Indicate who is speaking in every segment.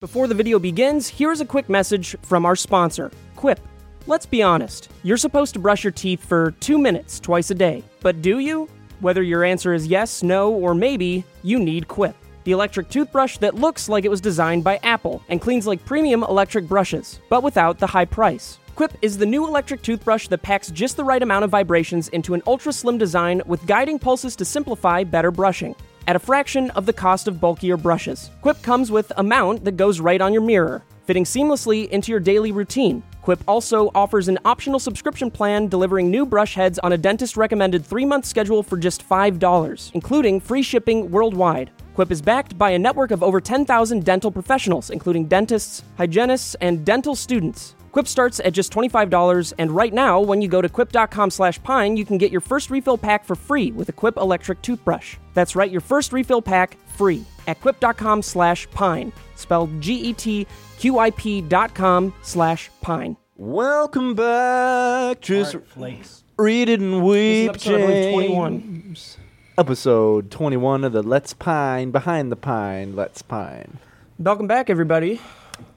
Speaker 1: Before the video begins, here's a quick message from our sponsor, Quip. Let's be honest, you're supposed to brush your teeth for two minutes twice a day, but do you? Whether your answer is yes, no, or maybe, you need Quip, the electric toothbrush that looks like it was designed by Apple and cleans like premium electric brushes, but without the high price. Quip is the new electric toothbrush that packs just the right amount of vibrations into an ultra slim design with guiding pulses to simplify better brushing at a fraction of the cost of bulkier brushes. Quip comes with a mount that goes right on your mirror, fitting seamlessly into your daily routine. Quip also offers an optional subscription plan delivering new brush heads on a dentist recommended three month schedule for just $5, including free shipping worldwide. Quip is backed by a network of over 10,000 dental professionals, including dentists, hygienists, and dental students. Quip starts at just $25, and right now, when you go to quip.com slash pine, you can get your first refill pack for free with a Quip electric toothbrush. That's right, your first refill pack free at quip.com slash pine, spelled E G-E-T-Q-I-P dot com slash pine.
Speaker 2: Welcome back. Just
Speaker 3: flakes.
Speaker 2: read it and weep.
Speaker 1: This is episode, I believe, 21.
Speaker 2: James. Episode 21 of the Let's Pine Behind the Pine. Let's Pine.
Speaker 1: Welcome back, everybody,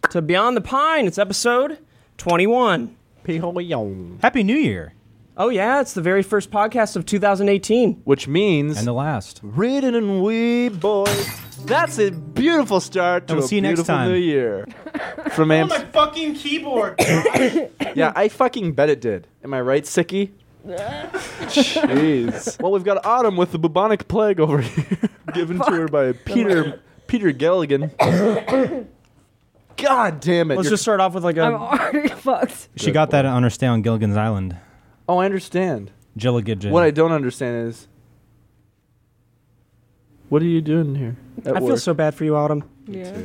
Speaker 1: to Beyond the Pine. It's episode 21.
Speaker 2: Pihoyong.
Speaker 3: Happy New Year.
Speaker 1: Oh, yeah, it's the very first podcast of 2018.
Speaker 2: Which means
Speaker 3: And the last.
Speaker 2: read it and weep, boys. That's a beautiful start to
Speaker 3: And we'll
Speaker 2: a
Speaker 3: see you next
Speaker 2: beautiful
Speaker 3: time.
Speaker 2: new year. From Amps.
Speaker 4: fucking keyboard.
Speaker 2: yeah, I fucking bet it did. Am I right, Sicky? Jeez. Well, we've got Autumn with the bubonic plague over here, given to her by Peter Peter Gelligan. God damn it!
Speaker 1: Let's
Speaker 2: you're-
Speaker 1: just start off with like
Speaker 5: I'm
Speaker 1: a.
Speaker 5: already fucked.
Speaker 2: Good
Speaker 3: She got that on her stay on Gilligan's Island.
Speaker 2: oh, I understand.
Speaker 3: Jilligan.
Speaker 2: What I don't understand is, what are you doing here? At
Speaker 1: I feel
Speaker 2: work?
Speaker 1: so bad for you, Autumn.
Speaker 5: Yeah.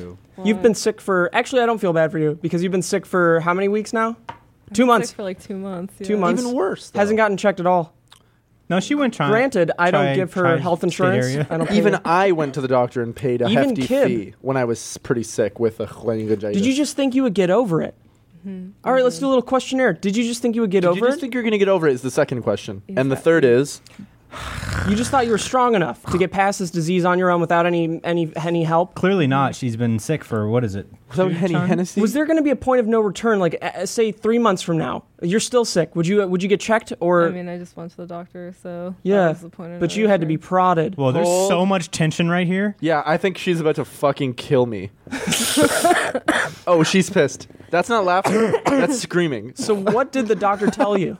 Speaker 1: You've been sick for. Actually, I don't feel bad for you because you've been sick for how many weeks now? Two months.
Speaker 5: for like two months. yeah.
Speaker 1: Two months.
Speaker 2: Even worse. though.
Speaker 1: Hasn't gotten checked at all.
Speaker 3: no, she went trying.
Speaker 1: Granted, I
Speaker 3: Try-
Speaker 1: don't give her
Speaker 3: try
Speaker 1: health
Speaker 3: state
Speaker 1: insurance.
Speaker 3: area.
Speaker 1: I don't pay
Speaker 2: Even
Speaker 1: her.
Speaker 2: I went to the doctor and paid a
Speaker 1: Even
Speaker 2: hefty
Speaker 1: Kib.
Speaker 2: fee when I was pretty sick with a cholangitis.
Speaker 1: Did you just think you would get over it?
Speaker 5: Mm-hmm.
Speaker 1: All right, let's do a little questionnaire. Did you just think you would get
Speaker 2: Did
Speaker 1: over
Speaker 2: you just
Speaker 1: it?
Speaker 2: think you're gonna get over it? Is the second question, and the
Speaker 5: Exactly.
Speaker 2: third is
Speaker 1: you just thought you were strong enough to get past this disease on your own without any any any help.
Speaker 3: Clearly not. She's been sick for, what is it?
Speaker 2: without
Speaker 3: two
Speaker 2: Henny
Speaker 3: times?
Speaker 2: Hennessy.
Speaker 1: Was there going to be a point of no return? Like, uh, say, three months from now, you're still sick. Would you would you get checked or?
Speaker 5: I mean, I just went to the doctor, so that
Speaker 1: yeah,
Speaker 5: was the point of
Speaker 1: but
Speaker 5: no
Speaker 1: you had to be
Speaker 5: return.
Speaker 1: prodded.
Speaker 3: Well, there's
Speaker 2: Hold.
Speaker 3: so much tension right here.
Speaker 2: Yeah, I think she's about to fucking kill me. oh, she's pissed. That's not laughing. That's screaming.
Speaker 1: so, what did the doctor tell you?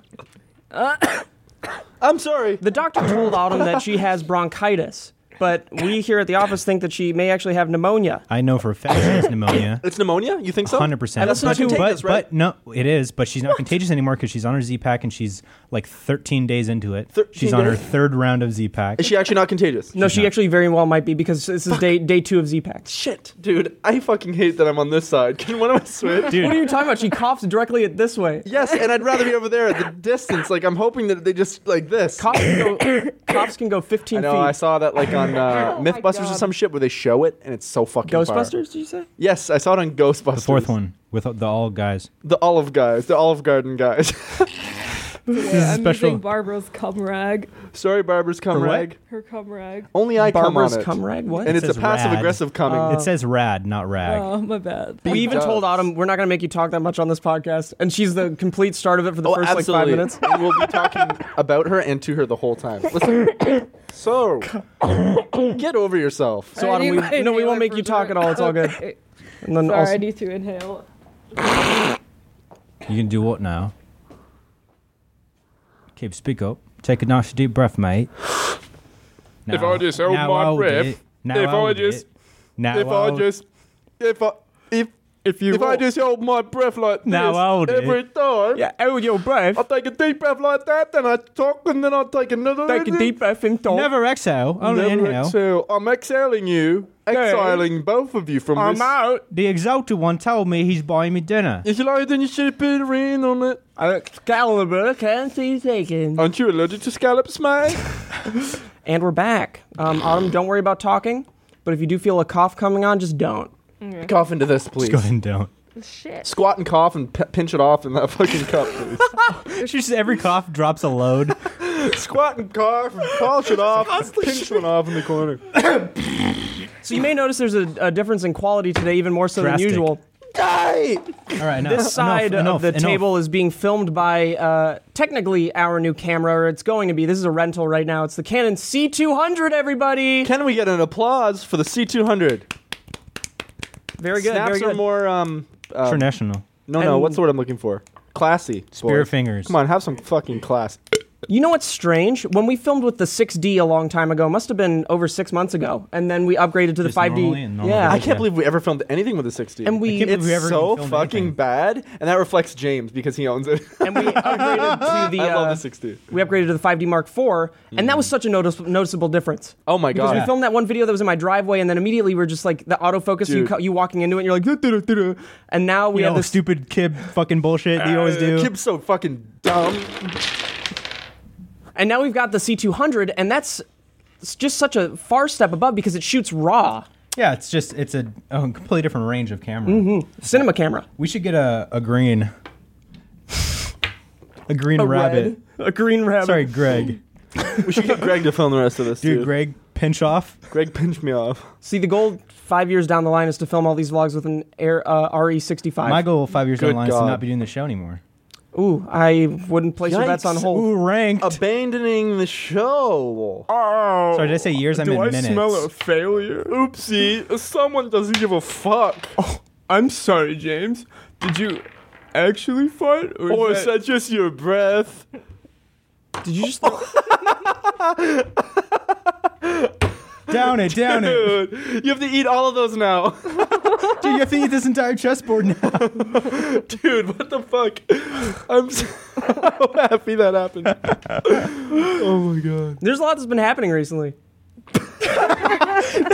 Speaker 2: I'm sorry.
Speaker 1: The doctor told Autumn that she has bronchitis, but we here at the office think that she may actually have pneumonia.
Speaker 3: I know for a fact she has pneumonia.
Speaker 2: It's pneumonia. You think so?
Speaker 3: 100%.
Speaker 2: And that's
Speaker 3: but,
Speaker 2: not contagious,
Speaker 3: but,
Speaker 2: right?
Speaker 3: but no, it is, but she's not contagious anymore because she's on her Z Pack and she's like 13 days into it.
Speaker 2: 13
Speaker 3: She's on her
Speaker 2: days?
Speaker 3: third round of Z Pack.
Speaker 2: Is she actually not contagious?
Speaker 1: No, she
Speaker 3: not.
Speaker 1: actually very well might be because this is day day two of Z-Pack.
Speaker 2: Shit, dude. I fucking hate that I'm on this side. Can one of us switch?
Speaker 3: Dude.
Speaker 1: What are you talking about? She coughs directly at this way.
Speaker 2: Yes, and I'd rather be over there at the distance. Like I'm hoping that they just like this.
Speaker 1: Coughs can go, coughs can go 15
Speaker 2: I know. I
Speaker 1: feet.
Speaker 2: saw that like on uh,
Speaker 5: Oh my
Speaker 2: MythBusters or
Speaker 5: God.
Speaker 2: some shit where they show it, and it's so fucking. far.
Speaker 1: Ghostbusters, did you say?
Speaker 2: Yes, I saw it on Ghostbusters.
Speaker 3: the fourth one with the all guys.
Speaker 2: The Olive guys, the Olive Garden guys.
Speaker 5: Yeah, I'm
Speaker 3: special.
Speaker 5: using Barbara's cum rag.
Speaker 2: Sorry, Barbara's cum
Speaker 3: what?
Speaker 2: rag.
Speaker 5: Her cum rag.
Speaker 2: Only I
Speaker 1: Barbara's
Speaker 2: come on it.
Speaker 1: cum rag. Uh, What?
Speaker 2: and
Speaker 3: It
Speaker 2: it's a
Speaker 3: says
Speaker 2: passive
Speaker 3: rad.
Speaker 2: aggressive coming.
Speaker 3: it says rad, not rag.
Speaker 5: Oh, my bad.
Speaker 1: we even
Speaker 2: does.
Speaker 1: told Autumn we're not going to make you talk that much on this podcast, and she's the complete start of it for the
Speaker 2: oh,
Speaker 1: first
Speaker 2: absolutely.
Speaker 1: like five minutes.
Speaker 2: And we'll be talking about her and to her the whole time. Listen, so get over yourself.
Speaker 1: So Autumn,
Speaker 5: I
Speaker 1: we,
Speaker 5: need
Speaker 1: no, we
Speaker 5: my
Speaker 1: won't make you talk at all. It's all good.
Speaker 5: Okay.
Speaker 1: And then
Speaker 5: Sorry, I
Speaker 1: also,
Speaker 5: need to inhale.
Speaker 3: You can do what now? Okay, speak up. Take a nice deep breath, mate.
Speaker 4: If I just hold
Speaker 3: now
Speaker 4: my
Speaker 3: I'll
Speaker 4: breath,
Speaker 3: do it. Now
Speaker 4: if I
Speaker 3: I'll do
Speaker 4: just-
Speaker 3: it. now
Speaker 4: if I
Speaker 3: I'll-
Speaker 4: just, if I, if,
Speaker 2: If you
Speaker 4: if I just hold my breath like
Speaker 3: Now
Speaker 4: this
Speaker 3: I'll do
Speaker 4: every time,
Speaker 1: yeah, oh, yo, breath.
Speaker 2: I take a deep breath like that, then I talk, and then I take another.
Speaker 1: Take a deep breath and talk.
Speaker 3: never exhale, only
Speaker 2: Never
Speaker 3: inhale.
Speaker 2: exhale. I'm exhaling you, exiling both of you from
Speaker 1: I'm
Speaker 2: this.
Speaker 1: out.
Speaker 3: The exalted one told me he's buying me dinner.
Speaker 2: If you like, then you should have put a ring on it.
Speaker 1: Excalibur can't see taken.
Speaker 2: Aren't you allergic to scallops, mate?
Speaker 1: And we're back. Um, Autumn, don't worry about talking, but if you do feel a cough coming on, just don't.
Speaker 2: cough into this, please.
Speaker 3: Go ahead and don't.
Speaker 5: Shit.
Speaker 2: Squat and cough and p- pinch it off in that fucking cup, please.
Speaker 3: She just every cough drops a load.
Speaker 2: Squat and cough and polish it off, pinch one off in the corner.
Speaker 1: So you may notice there's a, a difference in quality today, even more so
Speaker 3: Drastic.
Speaker 1: than usual.
Speaker 3: All right, enough,
Speaker 1: This side
Speaker 3: enough,
Speaker 1: of the
Speaker 3: enough, enough.
Speaker 1: table is being filmed by uh, technically our new camera, or it's going to be. This is a rental right now. It's the Canon C200, everybody.
Speaker 2: Can we get an applause for the C200?
Speaker 1: very good.
Speaker 2: Snaps
Speaker 1: very
Speaker 2: are
Speaker 1: good.
Speaker 2: more um uh,
Speaker 3: International.
Speaker 2: no no
Speaker 1: and-
Speaker 2: what's the word I'm looking for? Classy.
Speaker 3: Spear
Speaker 2: boys.
Speaker 3: fingers.
Speaker 2: Come on, have some fucking class.
Speaker 1: You know what's strange? When we filmed with the 6D a long time ago, must have been over six months ago, and then we upgraded to the
Speaker 3: Just
Speaker 1: 5D.
Speaker 3: normally and normally.
Speaker 1: yeah,
Speaker 2: I
Speaker 3: Okay.
Speaker 2: can't believe we ever filmed anything with a 60.
Speaker 1: and we
Speaker 3: I can't
Speaker 2: it's
Speaker 3: believe we ever
Speaker 2: so
Speaker 3: filmed
Speaker 2: fucking
Speaker 3: anything.
Speaker 2: bad, and that reflects James because he owns it.
Speaker 1: and we upgraded to the.
Speaker 2: I
Speaker 1: uh,
Speaker 2: love the 60.
Speaker 1: we upgraded to the 5D Mark IV, and that was such a notice- noticeable difference.
Speaker 2: Oh my
Speaker 1: Because
Speaker 2: god.
Speaker 1: we filmed that one video that was in my driveway, and then immediately we were just like the autofocus. You,
Speaker 2: Dude.
Speaker 1: co- you walking into it, and you're like, "Duh, duh, duh, duh, duh." and now we
Speaker 3: You know,
Speaker 1: have
Speaker 3: the
Speaker 1: this
Speaker 3: stupid kib fucking bullshit that you always do.
Speaker 2: Kip's so fucking dumb.
Speaker 1: and now we've got the C200, and that's it's just such a far step above because it shoots raw
Speaker 3: Yeah, it's just it's a, a completely different range of camera.
Speaker 1: cinema camera.
Speaker 3: We should get a, a green, a green rabbit.
Speaker 1: red, a green rabbit.
Speaker 3: Sorry, Greg.
Speaker 2: We should get Greg to film the rest of this,
Speaker 3: Dude,
Speaker 2: dude.
Speaker 3: Greg, pinch off.
Speaker 2: Greg pinched me off.
Speaker 1: See, the goal five years down the line is to film all these vlogs with an Air, uh, RE65.
Speaker 3: My goal five years down
Speaker 2: Good
Speaker 3: the line is to
Speaker 2: God.
Speaker 3: not be doing the show anymore.
Speaker 1: Ooh, I wouldn't place your bets on
Speaker 2: Yikes.
Speaker 1: hold.
Speaker 3: Ooh, ranked.
Speaker 2: Abandoning the show.
Speaker 4: Oh.
Speaker 3: Sorry, did I say years? I
Speaker 4: Do
Speaker 3: meant
Speaker 4: I
Speaker 3: minutes.
Speaker 4: smell a failure? Oopsie. Someone doesn't give a fuck. Oh, I'm sorry, James. Did you actually fart? Or,
Speaker 2: Or
Speaker 4: is
Speaker 2: Oh, is that just your breath?
Speaker 1: Did you just? Throw-
Speaker 3: Down it, down it.
Speaker 2: Dude, you have to eat all of those now.
Speaker 3: Dude, you have to eat this entire chessboard now.
Speaker 2: Dude, what the fuck? I'm so happy that happened. oh my god.
Speaker 1: There's a lot that's been happening recently.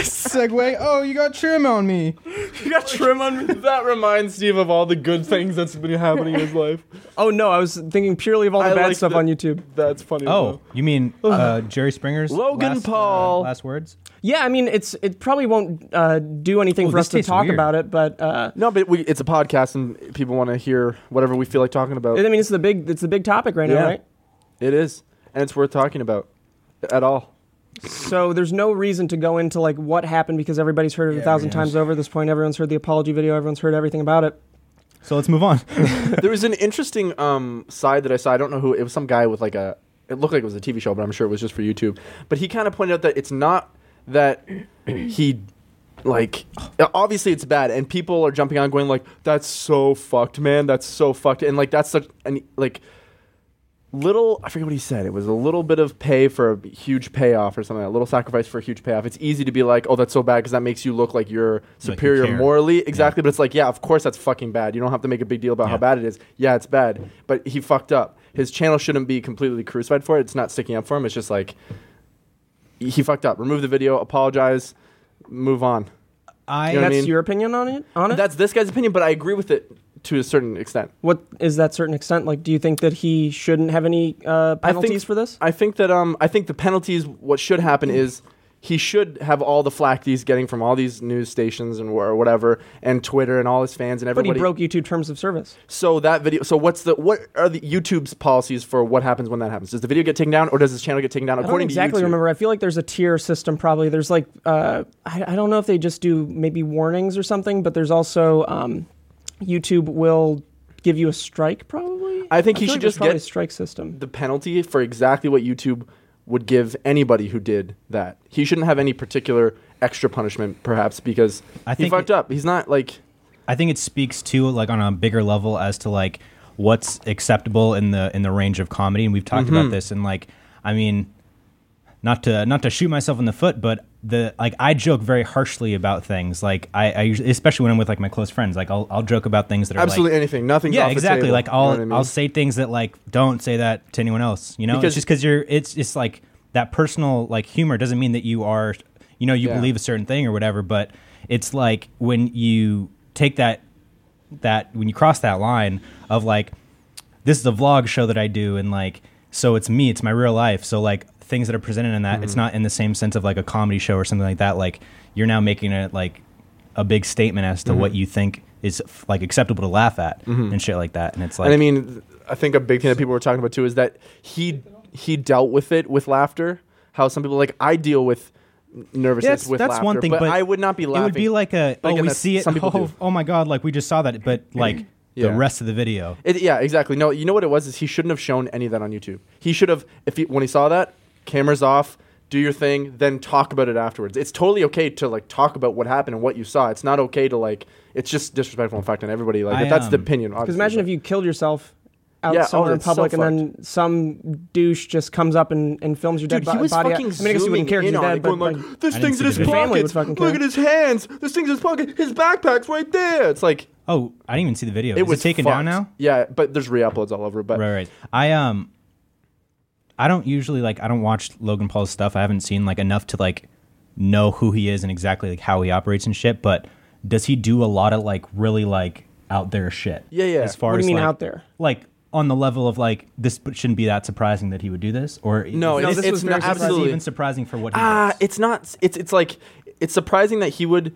Speaker 3: Segway. Oh, you got trim on me.
Speaker 2: You got trim on me. That reminds Steve of all the good things that's been happening in his life.
Speaker 1: Oh no, I was thinking purely of all the
Speaker 2: I
Speaker 1: bad
Speaker 2: like
Speaker 1: stuff
Speaker 2: the-
Speaker 1: on YouTube.
Speaker 2: That's funny.
Speaker 3: Oh, you mean uh, Jerry Springer's
Speaker 2: Logan
Speaker 3: last, uh,
Speaker 2: Paul.
Speaker 3: last words?
Speaker 1: Yeah, I mean, it's it probably won't uh, do anything
Speaker 3: Ooh,
Speaker 1: for
Speaker 3: this
Speaker 1: us to
Speaker 3: tastes
Speaker 1: talk
Speaker 3: weird.
Speaker 1: about it, but uh,
Speaker 2: No, but we, it's a podcast and people want to hear whatever we feel like talking about.
Speaker 1: I mean, it's the big it's the big topic right now,
Speaker 2: Yeah.
Speaker 1: right?
Speaker 2: it is. And it's worth talking about at all.
Speaker 1: So there's no reason to go into like what happened because everybody's heard it a
Speaker 3: Yeah,
Speaker 1: thousand
Speaker 3: everyone
Speaker 1: times over. At this point, everyone's heard the apology video. Everyone's heard everything about it.
Speaker 3: So let's move on.
Speaker 2: there was an interesting um, side that I saw. I don't know who it was. Some guy with like a. It looked like it was a TV show, but I'm sure it was just for YouTube. But he kind of pointed out that it's not that he like obviously it's bad, and people are jumping on going like, "That's so fucked, man. That's so fucked," and like that's such an like little i forget what he said it was a little bit of pay for a huge payoff or something a little sacrifice for a huge payoff it's easy to be like oh that's so bad because that makes you look like you're superior
Speaker 3: care.
Speaker 2: morally exactly but it's like yeah of course that's fucking bad you don't have to make a big deal about how
Speaker 3: Yeah.
Speaker 2: bad it is yeah it's bad but he fucked up his channel shouldn't be completely crucified for it it's not sticking up for him it's just like he fucked up remove the video apologize move on
Speaker 3: I
Speaker 2: You know what I
Speaker 1: That's
Speaker 2: mean?
Speaker 1: your opinion on it. On it.
Speaker 2: that's this guy's opinion but i agree with it to a certain extent
Speaker 1: what is that certain extent? Like, do you think that he shouldn't have any uh,
Speaker 2: I think-
Speaker 1: penalties for this?
Speaker 2: I think that um, I think the penalties. What should happen is he should have all the flack that he's getting from all these news stations and wh- or whatever, and Twitter and all his fans and
Speaker 1: But he
Speaker 2: everybody.
Speaker 1: broke YouTube terms of service.
Speaker 2: so that video. So what's the what are the YouTube's policies for what happens when that happens? Does the video get taken down or does his channel get taken down?
Speaker 1: I don't
Speaker 2: According
Speaker 1: exactly
Speaker 2: to YouTube,
Speaker 1: remember. I feel like there's a tier system. Probably there's like uh, I, I don't know if they just do maybe warnings or something, but there's also um, YouTube will give you a strike. Probably.
Speaker 2: I think he
Speaker 1: feel
Speaker 2: should
Speaker 1: like there's
Speaker 2: just
Speaker 1: probably
Speaker 2: get-
Speaker 1: a strike system.
Speaker 2: the penalty for exactly what YouTube would give anybody who did that. He shouldn't have any particular extra punishment, perhaps, because
Speaker 3: I
Speaker 2: he
Speaker 3: think
Speaker 2: fucked
Speaker 3: it-
Speaker 2: up. He's not like.
Speaker 3: I think it speaks to like on a bigger level as to like what's acceptable in the in the range of comedy, and we've talked about this. And like, I mean, not to not to shoot myself in the foot, but the like I joke very harshly about things. Like I, I usually, especially when I'm with like my close friends, like I'll I'll joke about things that are like-
Speaker 2: Absolutely anything. Nothing's
Speaker 3: yeah,
Speaker 2: off the
Speaker 3: exactly.
Speaker 2: table.
Speaker 3: Like
Speaker 2: You know
Speaker 3: I'll
Speaker 2: what I mean?
Speaker 3: I'll say things that like don't say that to anyone else. You know,
Speaker 2: Because-
Speaker 3: it's just because you're it's it's like that personal like humor doesn't mean that you are you know you
Speaker 2: Yeah.
Speaker 3: believe a certain thing or whatever, but it's like when you take that that when you cross that line of like this is a vlog show that I do and like so it's me, it's my real life. So like things that are presented in that
Speaker 2: Mm-hmm.
Speaker 3: it's not in the same sense of like a comedy show or something like that. Like you're now making it like a big statement as to
Speaker 2: Mm-hmm.
Speaker 3: what you think is f- like acceptable to laugh at and shit like that. And it's like
Speaker 2: and I mean, th- I think a big thing that people were talking about too is that he he dealt with it with laughter. How some people like I deal with nervousness
Speaker 3: That's-
Speaker 2: with
Speaker 3: that's
Speaker 2: laughter,
Speaker 3: one thing, but
Speaker 2: I would not be laughing.
Speaker 3: It would be like a
Speaker 2: Like,
Speaker 3: oh
Speaker 2: and
Speaker 3: we
Speaker 2: that's-
Speaker 3: see it
Speaker 2: some people
Speaker 3: oh,
Speaker 2: do.
Speaker 3: oh my god like we just saw that but like
Speaker 2: Yeah.
Speaker 3: the rest of the video
Speaker 2: It, yeah, exactly. No, you know what it was is he shouldn't have shown any of that on YouTube. He should have if he, when he saw that, cameras off, do your thing, then talk about it afterwards. It's totally okay to like talk about what happened and what you saw. It's not okay to like it's just disrespectful in fact on everybody. Like
Speaker 3: I,
Speaker 2: that's the
Speaker 3: um,
Speaker 2: opinion.
Speaker 1: Because imagine if you killed yourself out
Speaker 2: Yeah,
Speaker 1: somewhere
Speaker 2: oh,
Speaker 1: in
Speaker 2: that's so
Speaker 1: public, and then some douche just comes up and, and films your
Speaker 2: Dude,
Speaker 1: dead
Speaker 2: he
Speaker 1: bo-
Speaker 2: was
Speaker 1: body.
Speaker 2: fucking
Speaker 1: I mean, I guess you
Speaker 2: zooming
Speaker 1: wouldn't care if
Speaker 2: in
Speaker 1: you're
Speaker 2: on
Speaker 1: dead,
Speaker 2: it,
Speaker 1: but
Speaker 2: going like,
Speaker 1: like,
Speaker 2: this
Speaker 3: I didn't
Speaker 2: thing's
Speaker 3: see
Speaker 2: in his
Speaker 3: the video.
Speaker 1: Family would
Speaker 2: pocket.
Speaker 1: fucking
Speaker 2: Look
Speaker 1: care.
Speaker 2: at his hands. This thing's in his pocket. His backpack's right there. It's like
Speaker 3: oh I didn't even see the video
Speaker 2: it
Speaker 3: it was
Speaker 2: was
Speaker 3: it taken down
Speaker 2: fucked.
Speaker 3: now
Speaker 2: Yeah, but there's re-uploads all over. But
Speaker 3: right right I um I don't usually like I don't watch Logan Paul's stuff I haven't seen like enough to like know who he is and exactly like how he operates and shit but does he do a lot of like really like out there shit
Speaker 2: Yeah, yeah.
Speaker 3: as far
Speaker 1: what do
Speaker 3: as
Speaker 1: you mean
Speaker 3: like,
Speaker 1: out there?
Speaker 3: like on the level of like this shouldn't be that surprising that he would do this or
Speaker 2: No,
Speaker 3: is
Speaker 2: it's-
Speaker 3: this
Speaker 2: it's
Speaker 3: was very
Speaker 2: not-
Speaker 3: surprising,
Speaker 2: absolutely.
Speaker 3: even surprising for what he
Speaker 2: Ah,
Speaker 3: does?
Speaker 2: it's not. It's it's like it's surprising that he would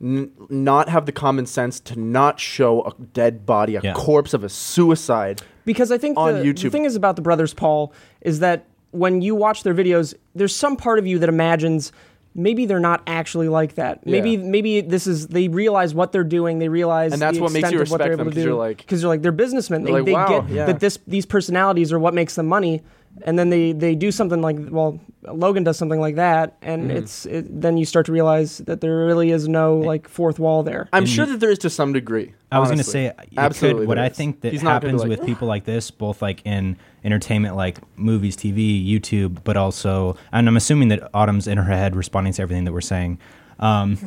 Speaker 2: n- not have the common sense to not show a dead body, a
Speaker 3: Yeah.
Speaker 2: corpse of a suicide.
Speaker 1: Because I think
Speaker 2: on
Speaker 1: the, the
Speaker 2: YouTube.
Speaker 1: thing is about the brothers Paul is that when you watch their videos, there's some part of you that imagines maybe they're not actually like that. Maybe
Speaker 2: Yeah.
Speaker 1: maybe this is they realize what they're doing. They realize
Speaker 2: And that's
Speaker 1: the
Speaker 2: what makes
Speaker 1: extent
Speaker 2: you
Speaker 1: of what they're
Speaker 2: respect
Speaker 1: able
Speaker 2: them,
Speaker 1: to
Speaker 2: 'cause
Speaker 1: do.
Speaker 2: you're like-
Speaker 1: because you're like they're businessmen. They,
Speaker 2: You're like,
Speaker 1: they
Speaker 2: wow,
Speaker 1: get
Speaker 2: yeah.
Speaker 1: that this these personalities are what makes them money, and then they they do something like well Logan does something like that, and
Speaker 2: Mm-hmm.
Speaker 1: it's it, then you start to realize that there really is no like fourth wall there.
Speaker 2: I'm sure that there is to some degree.
Speaker 3: I was going to
Speaker 2: honestly.
Speaker 3: say, it
Speaker 2: absolutely.
Speaker 3: Could, what
Speaker 2: there
Speaker 3: I
Speaker 2: is.
Speaker 3: think that
Speaker 2: He's not gonna be
Speaker 3: happens
Speaker 2: like,
Speaker 3: with people like this, both like in entertainment, like movies, TV, YouTube, but also, and I'm assuming that Autumn's in her head responding to everything that we're saying. Um,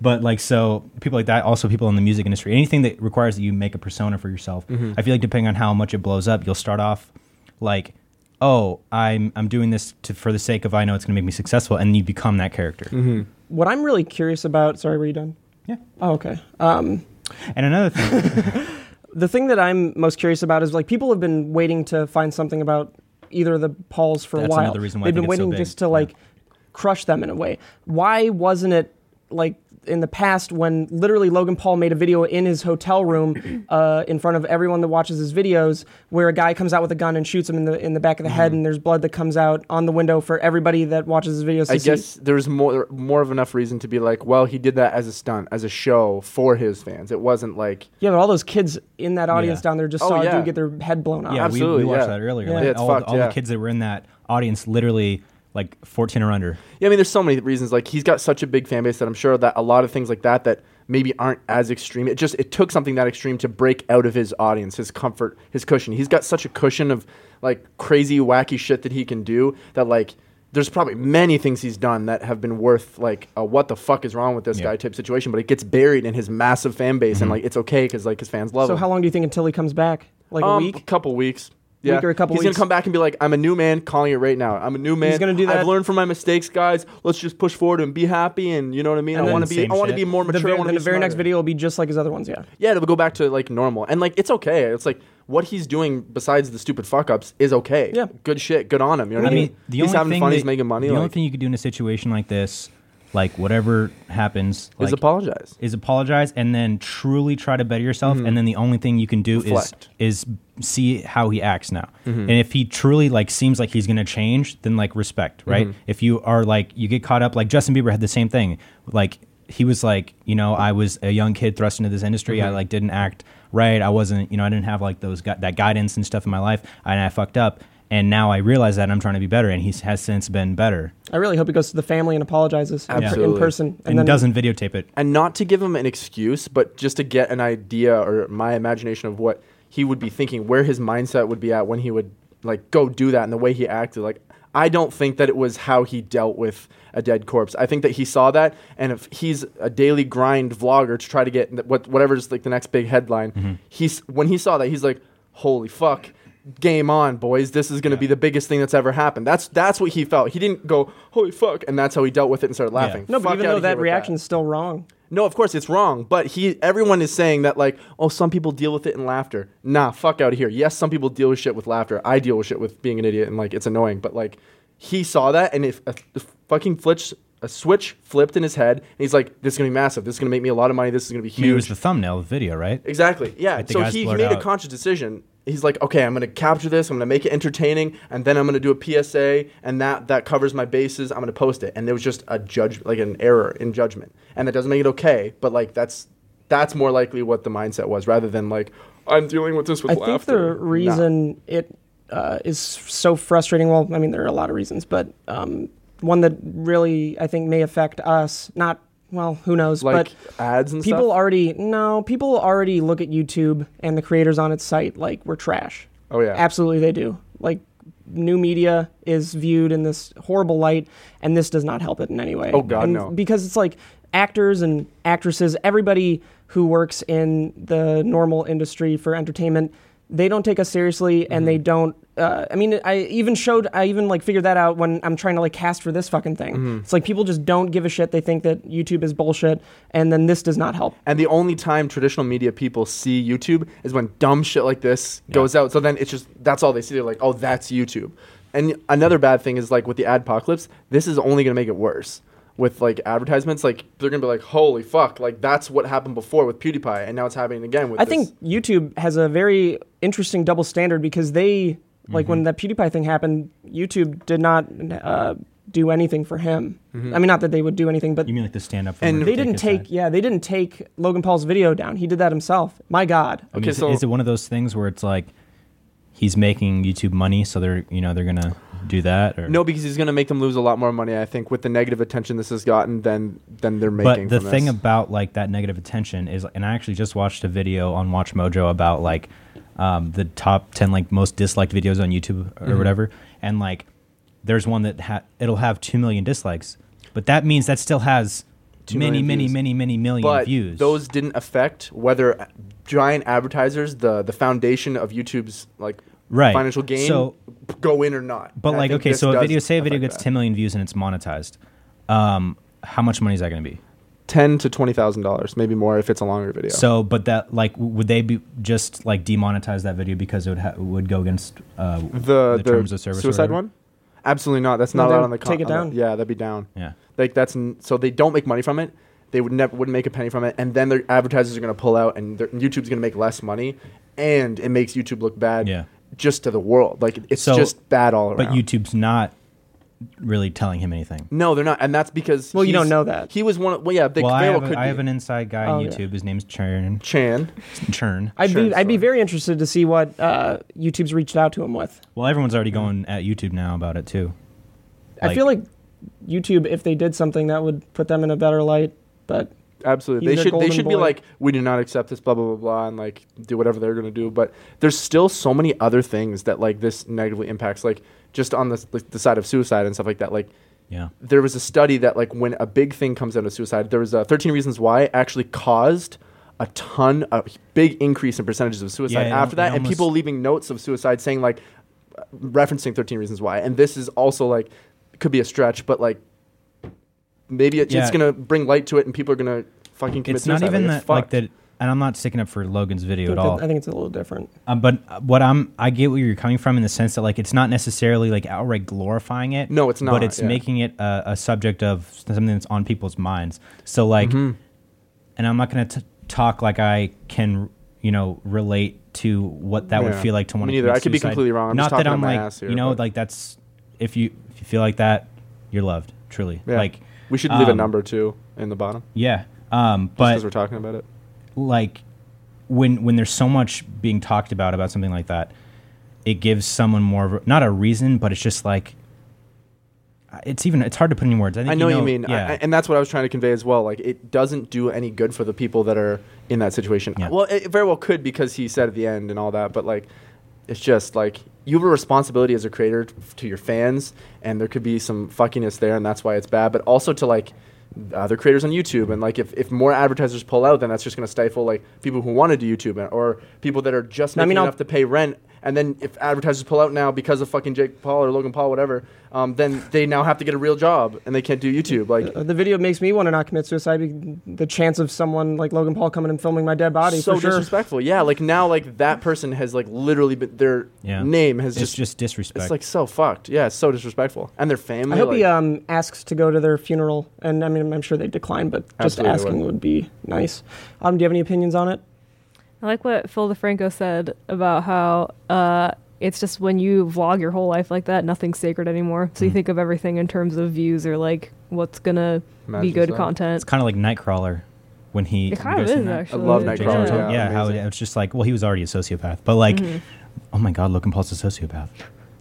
Speaker 3: but like, so people like that, also people in the music industry, anything that requires that you make a persona for yourself.
Speaker 2: Mm-hmm.
Speaker 3: I feel like depending on how much it blows up, you'll start off like, oh, I'm I'm doing this to, for the sake of I know it's going to make me successful, and you become that character.
Speaker 2: Mm-hmm.
Speaker 1: what I'm really curious about. Sorry, were you done?
Speaker 3: Yeah.
Speaker 1: Oh, okay. Um,
Speaker 3: And another thing,
Speaker 1: the thing that I'm most curious about is like people have been waiting to find something about either of the Pauls for
Speaker 3: That's
Speaker 1: a while.
Speaker 3: another reason why I
Speaker 1: They've
Speaker 3: think
Speaker 1: been
Speaker 3: it's so
Speaker 1: waiting
Speaker 3: big.
Speaker 1: just to
Speaker 3: Yeah.
Speaker 1: like crush them in a way. Why wasn't it like in the past when literally Logan Paul made a video in his hotel room uh, in front of everyone that watches his videos where a guy comes out with a gun and shoots him in the in the back of the
Speaker 3: Mm-hmm.
Speaker 1: head and there's blood that comes out on the window for everybody that watches his videos to
Speaker 2: I
Speaker 1: see.
Speaker 2: guess there's more more of enough reason to be like, well, he did that as a stunt, as a show for his fans. It wasn't like
Speaker 1: Yeah, but all those kids in that audience
Speaker 3: Yeah.
Speaker 1: down there just
Speaker 2: Oh,
Speaker 1: saw a
Speaker 2: yeah.
Speaker 1: dude get their head blown off.
Speaker 3: Yeah, we-
Speaker 2: Uh, Absolutely,
Speaker 3: we, watched
Speaker 2: yeah.
Speaker 3: that earlier.
Speaker 1: Yeah.
Speaker 3: Like,
Speaker 2: Yeah, it's
Speaker 3: all,
Speaker 2: fucked,
Speaker 3: all
Speaker 2: yeah.
Speaker 3: the kids that were in that audience, literally like 14 or under.
Speaker 2: Yeah, I mean, there's so many reasons. Like he's got such a big fan base that I'm sure that a lot of things like that that maybe aren't as extreme. It just it took something that extreme to break out of his audience, his comfort, his cushion. He's got such a cushion of like crazy wacky shit that he can do that like there's probably many things he's done that have been worth like a what the fuck is wrong with this
Speaker 3: Yeah.
Speaker 2: guy type situation, but it gets buried in his massive fan base and like it's okay cuz like his fans love
Speaker 1: Mm-hmm. So
Speaker 2: him.
Speaker 1: how long do you think until he comes back? Like a
Speaker 2: Um,
Speaker 1: week?
Speaker 2: couple weeks. Yeah.
Speaker 1: Week or a couple
Speaker 2: He's
Speaker 1: weeks.
Speaker 2: gonna come back and be like, "I'm a new man, calling it right now. I'm a new man.
Speaker 1: gonna do that-
Speaker 2: I've learned from my mistakes, guys. Let's just push forward and be happy. And you know what I mean.
Speaker 1: And
Speaker 2: I
Speaker 1: then
Speaker 2: want to be.
Speaker 3: same
Speaker 2: I want to be
Speaker 3: shit.
Speaker 2: more
Speaker 1: the
Speaker 2: mature. I
Speaker 1: very,
Speaker 2: wanna
Speaker 1: then the
Speaker 2: be
Speaker 1: very next
Speaker 2: smarter.
Speaker 1: video will be just like his other ones. Yeah.
Speaker 2: Yeah, it'll go back to like normal. And like it's okay. It's like what he's doing besides the stupid fuck ups is okay.
Speaker 1: Yeah.
Speaker 2: Good shit. Good on him. You know what I mean?
Speaker 3: the
Speaker 2: he's
Speaker 3: only
Speaker 2: having
Speaker 3: thing
Speaker 2: fun.
Speaker 3: that-
Speaker 2: he's making money.
Speaker 3: The only
Speaker 2: like,
Speaker 3: thing you could do in a situation like this, like whatever happens,
Speaker 2: is
Speaker 3: like,
Speaker 2: apologize.
Speaker 3: is apologize and then truly try to better yourself.
Speaker 1: Mm-hmm.
Speaker 3: And then the only thing you can do
Speaker 2: Reflect.
Speaker 3: is is see how he acts now.
Speaker 1: Mm-hmm.
Speaker 3: And if he truly like seems like he's going to change, then like respect, right?
Speaker 1: Mm-hmm.
Speaker 3: If you are like you get caught up, like Justin Bieber had the same thing, like. He was like, you know, I was a young kid thrust into this industry.
Speaker 1: Mm-hmm.
Speaker 3: I like didn't act right. I wasn't, you know, I didn't have like those gu- that guidance and stuff in my life, and I fucked up. And now I realize that and I'm trying to be better. And he has since been better
Speaker 1: I really hope he goes to the family and apologizes in per- in
Speaker 2: Absolutely.
Speaker 1: person, and,
Speaker 3: and,
Speaker 1: then
Speaker 3: doesn't videotape it.
Speaker 2: and not to give him an excuse, but just to get an idea or my imagination of what he would be thinking, where his mindset would be at when he would like go do that and the way he acted. Like I don't think that it was how he dealt with a dead corpse. I think that he saw that, and if he's a daily grind vlogger to try to get th- what whatever's like the next big headline, he's when he saw that he's like, holy fuck. Game on, boys! This is going to be the biggest thing that's ever happened. That's that's what he felt. He didn't go, "Holy fuck!" and that's how he dealt with it and started laughing.
Speaker 1: No, but
Speaker 2: Fuck
Speaker 1: even
Speaker 2: outta
Speaker 1: though
Speaker 2: here
Speaker 1: that
Speaker 2: with
Speaker 1: reaction is still wrong,
Speaker 2: no, of course it's wrong, but he everyone is saying that like, oh, some people deal with it in laughter. Nah, fuck out of here. Yes, some people deal with shit with laughter. I deal with shit with being an idiot and like it's annoying, but like he saw that and if a, the fucking flitch a switch flipped in his head and he's like, this is going to be massive. This is going to make me a lot of money. This is going to be
Speaker 3: I mean, it was
Speaker 2: huge.
Speaker 3: the thumbnail of the video, right?
Speaker 2: exactly. Yeah.
Speaker 3: the
Speaker 2: So
Speaker 3: guys
Speaker 2: he, he
Speaker 3: blurred
Speaker 2: made a
Speaker 3: out.
Speaker 2: conscious decision he's like, okay, I'm gonna capture this, I'm gonna make it entertaining, and then I'm gonna do a PSA, and that that covers my bases. I'm gonna post it, and there was just a judge like an error in judgment, and that doesn't make it okay, but like that's that's more likely what the mindset was rather than like I'm dealing with this with
Speaker 1: I
Speaker 2: laughter.
Speaker 1: think the
Speaker 2: Nah.
Speaker 1: reason it uh, is so frustrating. Well, I mean, there are a lot of reasons, but um, one that really I think may affect us. Not well, who knows?
Speaker 2: like
Speaker 1: but
Speaker 2: ads and
Speaker 1: people
Speaker 2: stuff.
Speaker 1: already no. People already look at YouTube and the creators on its site like we're trash.
Speaker 2: oh yeah,
Speaker 1: Absolutely, they do. Like new media is viewed in this horrible light, and this does not help it in any way.
Speaker 2: Oh, God,
Speaker 1: And
Speaker 2: no.
Speaker 1: Because it's like actors and actresses, everybody who works in the normal industry for entertainment, they don't take us seriously, and
Speaker 2: Mm-hmm.
Speaker 1: they don't. Uh, I mean, I even showed, I even like figured that out when I'm trying to like cast for this fucking thing.
Speaker 2: Mm-hmm.
Speaker 1: It's like people just don't give a shit. They think that YouTube is bullshit, and then this does not help.
Speaker 2: And the only time traditional media people see YouTube is when dumb shit like this goes out. So then it's just that's all they see. They're like, oh, that's YouTube. And another bad thing is like with the adpocalypse, this is only gonna make it worse. With like advertisements, like they're gonna be like, holy fuck, like that's what happened before with PewDiePie, and now it's happening again with.
Speaker 1: I
Speaker 2: this.
Speaker 1: think YouTube has a very interesting double standard because they, like,
Speaker 2: Mm-hmm.
Speaker 1: when that PewDiePie thing happened, YouTube did not uh, do anything for him.
Speaker 2: Mm-hmm.
Speaker 1: I mean, not that they would do anything, but
Speaker 3: You mean like the stand up?
Speaker 2: And
Speaker 1: they didn't take, yeah, they didn't take Logan Paul's video down. He did that himself. My God.
Speaker 3: I mean,
Speaker 2: Okay,
Speaker 3: is, it-
Speaker 2: so-
Speaker 3: is it one of those things where it's like he's making YouTube money, so they're you know they're gonna do that? Or
Speaker 2: no, because he's gonna make them lose a lot more money. I think with the negative attention this has gotten, then then they're making.
Speaker 3: but the
Speaker 2: from
Speaker 3: thing
Speaker 2: this.
Speaker 3: about like that negative attention is, and I actually just watched a video on Watch Mojo about like um, the top ten like most disliked videos on YouTube
Speaker 2: Mm-hmm.
Speaker 3: or whatever, and like there's one that ha- it'll have two million dislikes, but that means that still has many,
Speaker 2: million
Speaker 3: many,
Speaker 2: views.
Speaker 3: many, many million
Speaker 2: but
Speaker 3: views.
Speaker 2: those didn't affect whether giant advertisers, the the foundation of YouTube's like
Speaker 3: Right.
Speaker 2: financial gain,
Speaker 3: So-
Speaker 2: go in or not.
Speaker 3: But
Speaker 2: And I
Speaker 3: like,
Speaker 2: think
Speaker 3: okay,
Speaker 2: this
Speaker 3: so a
Speaker 2: does
Speaker 3: video, say a video
Speaker 2: affect
Speaker 3: gets
Speaker 2: that.
Speaker 3: 10 million views and it's monetized, um, how much money is that going to be?
Speaker 2: ten to twenty thousand dollars, maybe more if it's a longer video.
Speaker 3: So, but that like, w- would they be just like demonetize that video because it would ha- would go against uh,
Speaker 2: the the,
Speaker 3: terms of service or
Speaker 2: suicide
Speaker 3: whatever?
Speaker 2: one, absolutely not. That's
Speaker 1: No,
Speaker 2: not
Speaker 1: they
Speaker 2: allowed
Speaker 1: would
Speaker 2: on the
Speaker 1: take it
Speaker 2: on the-
Speaker 1: down.
Speaker 2: yeah, that'd be down.
Speaker 3: Yeah,
Speaker 2: Like that's n- so they don't make money from it. They would never wouldn't make a penny from it, and then their advertisers are going to pull out, and their, YouTube's going to make less money, and it makes YouTube look bad.
Speaker 3: Yeah.
Speaker 2: Just to the world, like it's
Speaker 3: So-
Speaker 2: just bad all around.
Speaker 3: but YouTube's not really telling him anything.
Speaker 2: No, they're not, and that's because
Speaker 1: Well, you
Speaker 2: he's-
Speaker 1: don't know that.
Speaker 2: he was one. Of, well, yeah, they
Speaker 3: well, I
Speaker 2: very well
Speaker 3: have,
Speaker 2: could
Speaker 3: a, I
Speaker 2: be.
Speaker 3: have an inside guy on
Speaker 1: Oh, yeah.
Speaker 3: YouTube. His name's Churn.
Speaker 2: Chan.
Speaker 3: Churn.
Speaker 1: I'd
Speaker 2: Sure,
Speaker 1: be, I'd be
Speaker 2: sorry.
Speaker 1: very interested to see what uh, YouTube's reached out to him with.
Speaker 3: Well, everyone's already
Speaker 2: Mm-hmm.
Speaker 3: going at YouTube now about it too.
Speaker 1: I feel like YouTube, if they did something, that would put them in a better light. But
Speaker 2: Absolutely,
Speaker 1: He's
Speaker 2: they
Speaker 1: their
Speaker 2: should. They
Speaker 1: golden
Speaker 2: should be
Speaker 1: boy.
Speaker 2: like, we do not accept this, blah blah blah blah, and like do whatever they're gonna do. But there's still so many other things that like this negatively impacts, like just on the like, the side of suicide and stuff like that. Like
Speaker 3: yeah.
Speaker 2: there was a study that like when a big thing comes out of suicide, there was uh, 13 Reasons Why actually caused a ton, a big increase in percentages of suicide
Speaker 3: Yeah, it
Speaker 2: after
Speaker 3: al-
Speaker 2: that,
Speaker 3: it
Speaker 2: and people
Speaker 3: almost-
Speaker 2: leaving notes of suicide saying like uh, referencing 13 Reasons Why, and this is also like could be a stretch, but like maybe it,
Speaker 3: Yeah.
Speaker 2: it's gonna bring light to it, and people are gonna fucking commit
Speaker 3: It's not
Speaker 2: suicide.
Speaker 3: even
Speaker 2: like,
Speaker 3: that
Speaker 2: it's
Speaker 3: like
Speaker 2: fucked.
Speaker 3: that. And I'm not sticking up for Logan's
Speaker 1: I
Speaker 3: video
Speaker 1: think,
Speaker 3: at all.
Speaker 1: that- I think it's a little different.
Speaker 3: Um, but uh, what I'm, I get where you're coming from in the sense that like it's not necessarily like outright glorifying it.
Speaker 2: No, it's not,
Speaker 3: But it's
Speaker 2: yeah.
Speaker 3: making it a, a subject of something that's on people's minds. So like,
Speaker 2: Mm-hmm.
Speaker 3: and I'm not gonna t- talk like I can, you know, relate to what that would
Speaker 2: Yeah.
Speaker 3: feel like to
Speaker 2: Me
Speaker 3: want to.
Speaker 2: neither.
Speaker 3: commit
Speaker 2: I could be
Speaker 3: suicide.
Speaker 2: completely wrong. I'm
Speaker 3: not
Speaker 2: just
Speaker 3: that
Speaker 2: talking out
Speaker 3: I'm
Speaker 2: my
Speaker 3: like,
Speaker 2: ass here,
Speaker 3: you know,
Speaker 2: but-
Speaker 3: like that's if you if you feel like that, you're loved truly.
Speaker 2: Yeah.
Speaker 3: Like
Speaker 2: we should leave a
Speaker 3: um,
Speaker 2: number too in the bottom,
Speaker 3: Yeah. Um,
Speaker 2: just
Speaker 3: but
Speaker 2: because we're talking about it.
Speaker 3: like when when there's so much being talked about about something like that it gives someone more of a, not a reason but it's just like it's even it's hard to put in words i, think
Speaker 2: I know you, mean, I-
Speaker 3: yeah
Speaker 2: I, and that's what I was trying to convey as well. Like, it doesn't do any good for the people that are in that situation.
Speaker 3: Yeah.
Speaker 2: Well, it very well could because he said at the end and all that, but like, it's just like you have a responsibility as a creator t- to your fans, and there could be some fuckiness there, and that's why it's bad. But also to like other creators on YouTube, and like if, if more advertisers pull out, then that's just going to stifle like people who want to do YouTube and- or people that are just
Speaker 1: I
Speaker 2: making
Speaker 1: mean, I'll-
Speaker 2: enough to pay rent. And then if advertisers pull out now because of fucking Jake Paul or Logan Paul, whatever, um, then they now have to get a real job and they can't do YouTube. Like
Speaker 1: Uh, the video makes me want to not commit suicide. be- The chance of someone like Logan Paul coming and filming my dead body
Speaker 2: so
Speaker 1: for sure.
Speaker 2: disrespectful. Yeah, like now like that person has like literally been their
Speaker 3: Yeah.
Speaker 2: name has
Speaker 3: it's
Speaker 2: just,
Speaker 3: just, disrespect
Speaker 2: it's like so fucked. Yeah, it's so disrespectful. And their family.
Speaker 1: I hope he
Speaker 2: like-
Speaker 1: um, asks to go to their funeral, and I mean I'm sure they decline, but just
Speaker 2: Absolutely
Speaker 1: asking
Speaker 2: would.
Speaker 1: would. be nice. Um, do you have any opinions on it?
Speaker 5: I like what Phil DeFranco said about how uh, it's just when you vlog your whole life like that, nothing's sacred anymore.
Speaker 1: Mm.
Speaker 5: So you think of everything in terms of views or like what's gonna
Speaker 1: uh,
Speaker 5: be
Speaker 2: Matches
Speaker 5: good
Speaker 2: up.
Speaker 5: content.
Speaker 3: It's kind of like Nightcrawler when he.
Speaker 5: It
Speaker 3: you
Speaker 5: kind of
Speaker 3: guys seen
Speaker 5: is
Speaker 3: that?
Speaker 5: actually.
Speaker 2: love
Speaker 5: James
Speaker 2: Nightcrawler,
Speaker 5: Gunn.
Speaker 3: yeah,
Speaker 2: Yeah,
Speaker 3: how it,
Speaker 2: amazing.
Speaker 3: it's just like, well, he was already a sociopath, but like,
Speaker 5: Mm-hmm.
Speaker 3: oh my god, Logan Paul's a sociopath.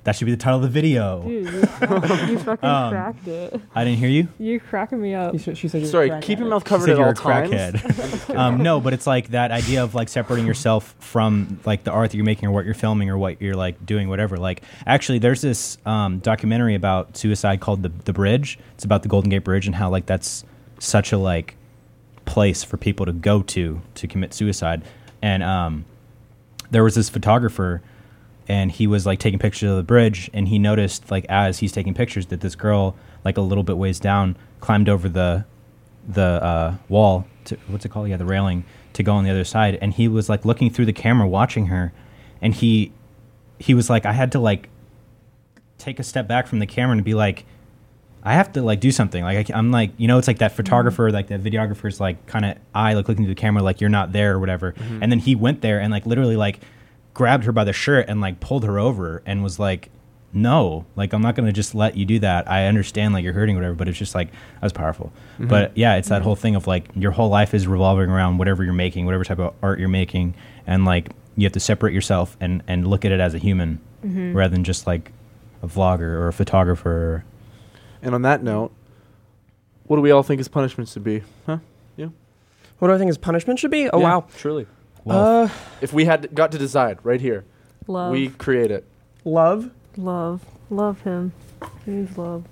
Speaker 3: That should be the title of the video.
Speaker 5: Dude, you fucking, you fucking
Speaker 3: Um,
Speaker 5: cracked it.
Speaker 3: I didn't hear you.
Speaker 5: You're cracking me up.
Speaker 4: She, she said you were
Speaker 2: Sorry,
Speaker 4: crack
Speaker 2: keep your
Speaker 4: addict.
Speaker 2: mouth
Speaker 3: She
Speaker 2: covered at all times.
Speaker 3: crackhead. um, no, but it's like that idea of like separating yourself from like the art that you're making or what you're filming or what you're like doing, whatever. Like, actually, there's this um, documentary about suicide called the the Bridge. It's about the Golden Gate Bridge and how like that's such a like place for people to go to to commit suicide. And um, there was this photographer and he was like taking pictures of the bridge and he noticed like as he's taking pictures that this girl like a little bit ways down climbed over the the uh, wall to what's it called yeah the railing to go on the other side and he was like looking through the camera watching her and he he was like i had to like take a step back from the camera and be like I have to like do something. Like I, ca- I'm like you know, it's like that photographer, like that videographer's like kind of eye like looking through the camera, like you're not there or whatever. And then he went there and like literally like grabbed her by the shirt and like pulled her over and was like, "No, like I'm not gonna just let you do that. I understand like you're hurting or whatever, but it's just like that was powerful. But yeah, it's that whole thing of like your whole life is revolving around whatever you're making, whatever type of art you're making, and like you have to separate yourself and and look at it as a human rather than just like a vlogger or a photographer.
Speaker 2: And on that note, what do we all think his punishments should be? Huh?
Speaker 1: What do I think his punishment should be? Oh
Speaker 2: Yeah,
Speaker 1: wow.
Speaker 2: Truly.
Speaker 3: Well,
Speaker 1: Uh,
Speaker 2: If we had got to decide right here,
Speaker 5: Love,
Speaker 2: we create it.
Speaker 4: Love.
Speaker 5: love, love him. He needs love.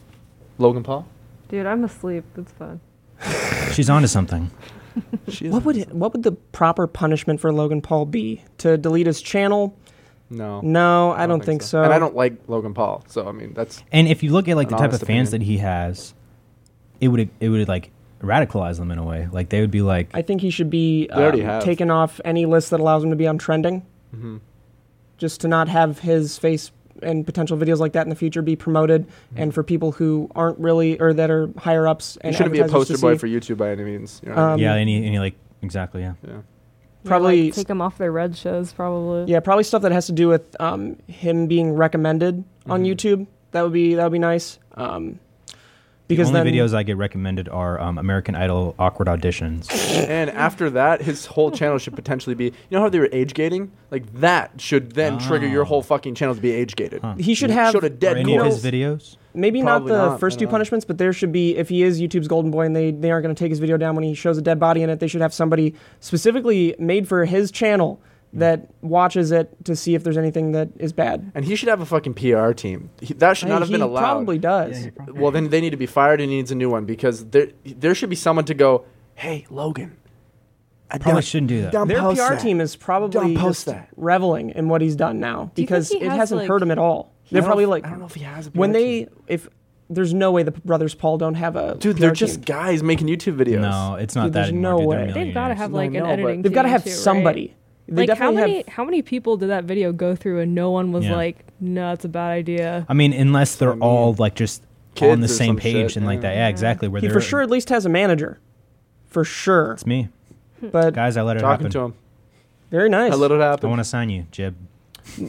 Speaker 2: Logan Paul.
Speaker 5: Dude, I'm asleep. It's fun.
Speaker 3: She's onto something.
Speaker 2: She
Speaker 1: what
Speaker 2: is-
Speaker 1: would it, what would the proper punishment for Logan Paul be? To delete his channel?
Speaker 2: No.
Speaker 1: No, I, don't, think so.
Speaker 2: And I don't like Logan Paul, so I mean that's
Speaker 3: And if you look at like
Speaker 2: An
Speaker 3: the type of
Speaker 2: honest
Speaker 3: fans
Speaker 2: opinion.
Speaker 3: that he has, it would it would like radicalize them in a way. Like they would be like,
Speaker 1: I think he should be
Speaker 2: They already
Speaker 1: um,
Speaker 2: have.
Speaker 1: taken off any list that allows him to be on trending,
Speaker 3: Mm-hmm.
Speaker 2: Mhm.
Speaker 1: just to not have his face and potential videos like that in the future be promoted, and for people who aren't really or that are higher ups
Speaker 2: Mm-hmm. you
Speaker 1: and
Speaker 2: shouldn't be a
Speaker 1: advertisers to
Speaker 2: poster boy
Speaker 1: see-
Speaker 2: for YouTube by any means. You know
Speaker 1: Um,
Speaker 3: yeah, any any like exactly, yeah.
Speaker 2: what I mean?
Speaker 5: Yeah,
Speaker 1: Probably
Speaker 5: like, take him off their red shows. Probably.
Speaker 1: Yeah, probably stuff that has to do with um, him being recommended on
Speaker 2: Mhm.
Speaker 1: YouTube. That would be that would be nice. Um, because
Speaker 3: the only
Speaker 1: then
Speaker 3: videos I get recommended are um, American Idol awkward auditions.
Speaker 2: yeah. and after that, his whole channel should potentially be. You know how they were age gating? Like that should then trigger your
Speaker 3: Oh.
Speaker 2: whole fucking channel to be age gated.
Speaker 3: Huh.
Speaker 1: he should
Speaker 2: Yeah.
Speaker 1: have
Speaker 2: Showed a
Speaker 3: Are
Speaker 2: dead
Speaker 3: any of
Speaker 2: corpse.
Speaker 3: his videos?
Speaker 1: maybe not
Speaker 2: Probably
Speaker 1: the
Speaker 2: not,
Speaker 1: first
Speaker 2: I
Speaker 1: two
Speaker 2: don't know.
Speaker 1: punishments, but there should be if he is YouTube's golden boy and they they aren't going to take his video down when he shows a dead body in it, they should have somebody specifically made for his channel
Speaker 2: Mm.
Speaker 1: that watches it to see if there's anything that is bad.
Speaker 2: And he should have a fucking PR team. He, that should
Speaker 1: Hey,
Speaker 2: not have
Speaker 1: he
Speaker 2: been allowed.
Speaker 1: Probably does.
Speaker 2: Well, then they need to be fired and he needs a new one because there there should be someone to go, hey, Logan. I
Speaker 3: Probably
Speaker 2: don't-
Speaker 3: shouldn't do that.
Speaker 2: don't
Speaker 1: Their PR
Speaker 2: post that."
Speaker 1: team is probably
Speaker 2: Don't
Speaker 1: just
Speaker 2: post that.
Speaker 1: reveling in what he's done now
Speaker 5: Do you think
Speaker 1: because
Speaker 5: he
Speaker 1: it
Speaker 5: has,
Speaker 1: hasn't
Speaker 5: like-
Speaker 1: hurt him at all.
Speaker 2: I
Speaker 1: They're
Speaker 2: don't
Speaker 1: probably
Speaker 2: know if-
Speaker 1: like
Speaker 2: I don't know if he has a PR
Speaker 1: when
Speaker 2: team.
Speaker 1: they if there's no way the brothers Paul don't have a
Speaker 2: Dude,
Speaker 1: PR
Speaker 2: they're
Speaker 1: team.
Speaker 2: just guys making YouTube videos.
Speaker 3: No, it's not
Speaker 1: Dude,
Speaker 3: that
Speaker 1: there's no
Speaker 3: anymore. dude.
Speaker 1: way.
Speaker 3: They're
Speaker 1: They've
Speaker 5: They've got to
Speaker 3: millionaires.
Speaker 5: have
Speaker 2: No,
Speaker 5: like
Speaker 2: no,
Speaker 5: an
Speaker 2: but
Speaker 5: editing.
Speaker 1: they've got to
Speaker 5: team,
Speaker 1: have
Speaker 5: too, right?
Speaker 1: somebody. They
Speaker 5: like how
Speaker 1: definitely
Speaker 5: many
Speaker 1: have
Speaker 5: how many people did that video go through and no one was
Speaker 3: Yeah.
Speaker 5: like, no, it's a bad idea.
Speaker 3: I mean, unless they're
Speaker 2: I mean,
Speaker 3: all like just on
Speaker 2: kids
Speaker 3: the
Speaker 2: or
Speaker 3: same
Speaker 2: some
Speaker 3: page
Speaker 2: shit,
Speaker 3: and like
Speaker 2: yeah.
Speaker 3: that. Yeah, exactly. Where
Speaker 1: he
Speaker 3: they're
Speaker 1: for sure at least has a manager, for sure.
Speaker 3: It's me,
Speaker 1: But
Speaker 3: guys. I let it
Speaker 2: Talking
Speaker 3: happen.
Speaker 2: to him.
Speaker 1: very nice.
Speaker 2: I let it
Speaker 3: I
Speaker 2: happen.
Speaker 3: want to sign you, Jib.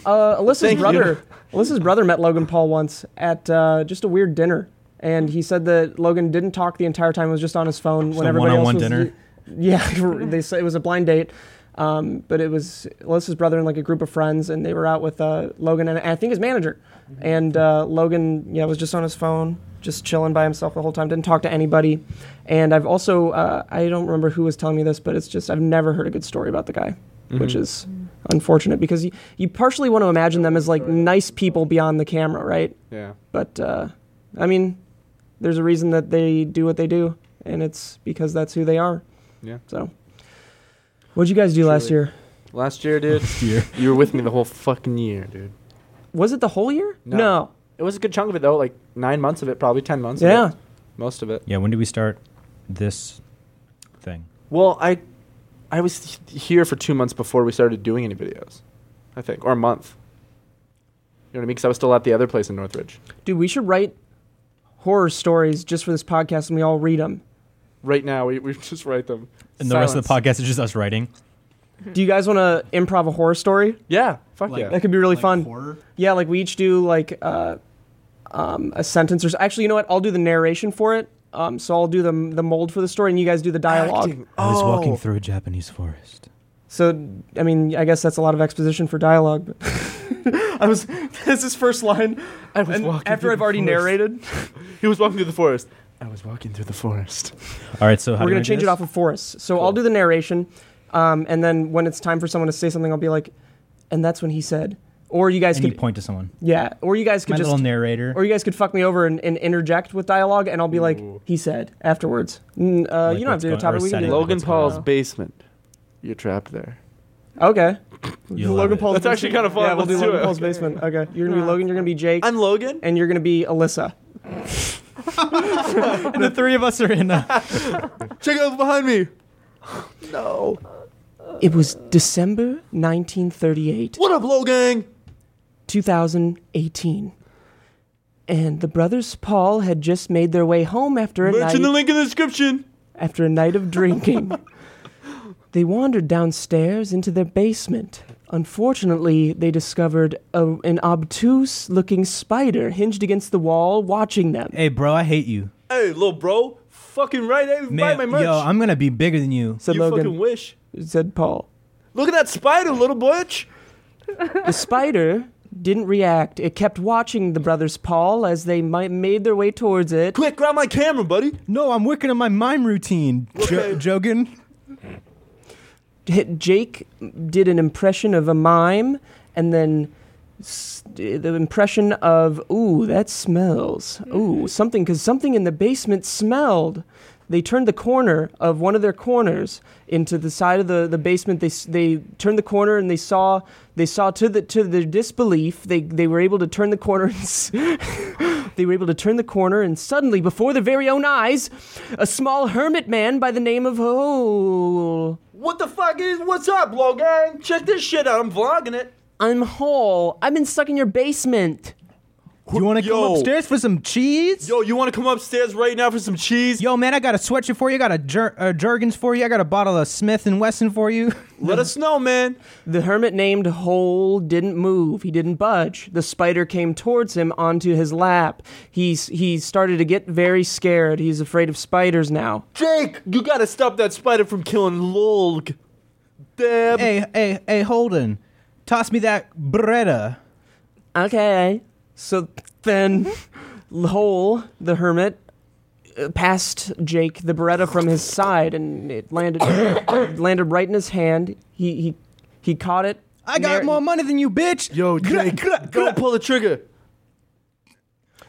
Speaker 1: Uh, Alyssa's
Speaker 2: Thank you.
Speaker 1: brother. Alyssa's brother met Logan Paul once at uh, just a weird dinner, and he said that Logan didn't talk the entire time; was just on his phone
Speaker 3: Just
Speaker 1: when
Speaker 3: a
Speaker 1: everybody else
Speaker 3: one-on-one
Speaker 1: was.
Speaker 3: dinner?
Speaker 1: Yeah, they said it was a blind date, um, but it was Alyssa's brother and like a group of friends, and they were out with uh, Logan and I think his manager, and uh, Logan yeah was just on his phone, just chilling by himself the whole time, didn't talk to anybody, and I've also uh, I don't remember who was telling me this, but it's just I've never heard a good story about the guy
Speaker 2: Mm-hmm.
Speaker 1: which is unfortunate because you, you partially want to imagine them as like nice people beyond the camera, right?
Speaker 2: Yeah.
Speaker 1: But uh, I mean, there's a reason that they do what they do, and it's because that's who they are.
Speaker 2: Yeah.
Speaker 1: So, what'd you guys do last
Speaker 2: Truly.
Speaker 1: year?
Speaker 2: Last year, dude, you were with me the whole fucking year, dude.
Speaker 1: Was it the whole year?
Speaker 2: No. It was a good chunk of it though, like nine months of it, probably ten months. of
Speaker 1: Yeah.
Speaker 2: it. most of it.
Speaker 3: Yeah. When did we start this thing?
Speaker 2: Well, I, I was h- here for two months before we started doing any videos, I think, or a month. You know what I mean? Because I was still at the other place in Northridge.
Speaker 1: Dude, we should write horror stories just for this podcast and we all read them.
Speaker 2: Right now, we, we just write them.
Speaker 3: And the rest of the
Speaker 2: Silence.
Speaker 3: podcast is just us writing.
Speaker 2: Mhm.
Speaker 1: Do you guys want to improv a horror story?
Speaker 2: Yeah, fuck
Speaker 6: Like-
Speaker 2: yeah.
Speaker 1: That could be really
Speaker 6: Like
Speaker 1: fun.
Speaker 6: horror?
Speaker 1: Yeah, like we each do like uh, um, a sentence or s- actually, you know what? I'll do the narration for it. Um, so I'll do the the mold for the story, and you guys do the dialogue.
Speaker 2: Acting.
Speaker 3: I was
Speaker 2: Oh.
Speaker 3: walking through a Japanese forest.
Speaker 1: So I mean, I guess that's a lot of exposition for dialogue. But I was that's his first line,
Speaker 2: I was
Speaker 1: and
Speaker 2: walking
Speaker 1: after
Speaker 2: through
Speaker 1: I've
Speaker 2: the
Speaker 1: already
Speaker 2: forest.
Speaker 1: narrated,
Speaker 2: He was walking through the forest. I was walking through the forest.
Speaker 3: All right, so how
Speaker 1: we're
Speaker 3: do
Speaker 1: gonna
Speaker 3: we do
Speaker 1: change it
Speaker 3: this?
Speaker 1: off of Forrest. So I'll do the narration, um, and then when it's time for someone to say something, I'll be like, and that's when he said, or you guys
Speaker 3: And you
Speaker 1: could
Speaker 3: point to someone.
Speaker 1: yeah, or you guys could
Speaker 3: My
Speaker 1: just
Speaker 3: little narrator.
Speaker 1: Or you guys could fuck me over and, and interject with dialogue, and I'll be like, he said afterwards. Mm, uh,
Speaker 3: Like
Speaker 1: you don't have
Speaker 3: what's
Speaker 1: to do the
Speaker 3: going- or
Speaker 1: topic. We can
Speaker 3: setting
Speaker 1: do
Speaker 3: up.
Speaker 2: Logan
Speaker 3: what's going
Speaker 2: Paul's
Speaker 5: on?
Speaker 2: basement. You're trapped there.
Speaker 1: Okay.
Speaker 3: You'll love
Speaker 1: Logan
Speaker 3: it.
Speaker 1: Paul's
Speaker 2: That's actually
Speaker 1: basement.
Speaker 2: kinda fun.
Speaker 1: Yeah, we'll
Speaker 2: Let's
Speaker 1: do
Speaker 2: do
Speaker 1: Logan
Speaker 2: it.
Speaker 1: Paul's basement. Okay. You're going to be
Speaker 5: Yeah.
Speaker 1: Logan, you're going to be Jake,
Speaker 2: I'm Logan.
Speaker 1: and you're going to be Alyssa.
Speaker 3: And the three of us are in. A,
Speaker 2: Check out behind me. no.
Speaker 1: It was December 1938,
Speaker 2: What up, Logang?
Speaker 1: 2018. And the brothers Paul had just made their way home after a night.
Speaker 2: Mention the link in the description.
Speaker 1: after a night of drinking. they wandered downstairs into their basement. Unfortunately, they discovered a, an obtuse looking spider hinged against the wall watching them.
Speaker 3: hey, bro, I hate you.
Speaker 2: Hey, little bro. Fucking right. Hey, buy
Speaker 3: Man,
Speaker 2: my merch.
Speaker 3: yo, I'm gonna be bigger than you.
Speaker 1: Said
Speaker 2: you
Speaker 1: Logan,
Speaker 2: fucking wish.
Speaker 1: said Paul.
Speaker 2: Look at that spider, little butch.
Speaker 1: The spider didn't react. It kept watching the brothers Paul as they mi- made their way towards it.
Speaker 2: Quick, grab my camera, buddy.
Speaker 3: No, I'm working on my mime routine, jo- Jogan.
Speaker 1: J- Jake did an impression of a mime, and then s- the impression of ooh, that smells. Ooh, something because something in the basement smelled. They turned the corner of one of their corners into the side of the, the basement. They s- they turned the corner and they saw they saw to the to their disbelief they they were able to turn the corner and s- they were able to turn the corner and suddenly before their very own eyes a small hermit man by the name of oh
Speaker 2: What the fuck is? What's up, Logan? Check this shit out. I'm vlogging it.
Speaker 1: I'm whole. I've been stuck in your basement.
Speaker 3: You want to come
Speaker 2: Yo.
Speaker 3: upstairs for some cheese?
Speaker 2: Yo, you want to come upstairs right now for some cheese?
Speaker 3: Yo, man, I got a sweatshirt for you. I got a jer- uh, Jergens for you. I got a bottle of Smith and Wesson for you.
Speaker 2: Let us know, man.
Speaker 1: The hermit named Hole didn't move. He didn't budge. The spider came towards him onto his lap. He's he started to get very scared. He's afraid of spiders now.
Speaker 2: Jake, you gotta stop that spider from killing Lulg. Deb.
Speaker 3: hey, hey, hey, Holden, toss me that Beretta.
Speaker 1: Okay. So then Hole, the hermit, uh, passed Jake the Beretta from his side and it landed landed right in his hand. He he he caught it.
Speaker 3: I got
Speaker 1: Nar-
Speaker 3: more money than you, bitch.
Speaker 2: Yo,
Speaker 3: Gra-
Speaker 2: Jake,
Speaker 3: gra-
Speaker 2: go
Speaker 3: gra-
Speaker 2: pull the trigger.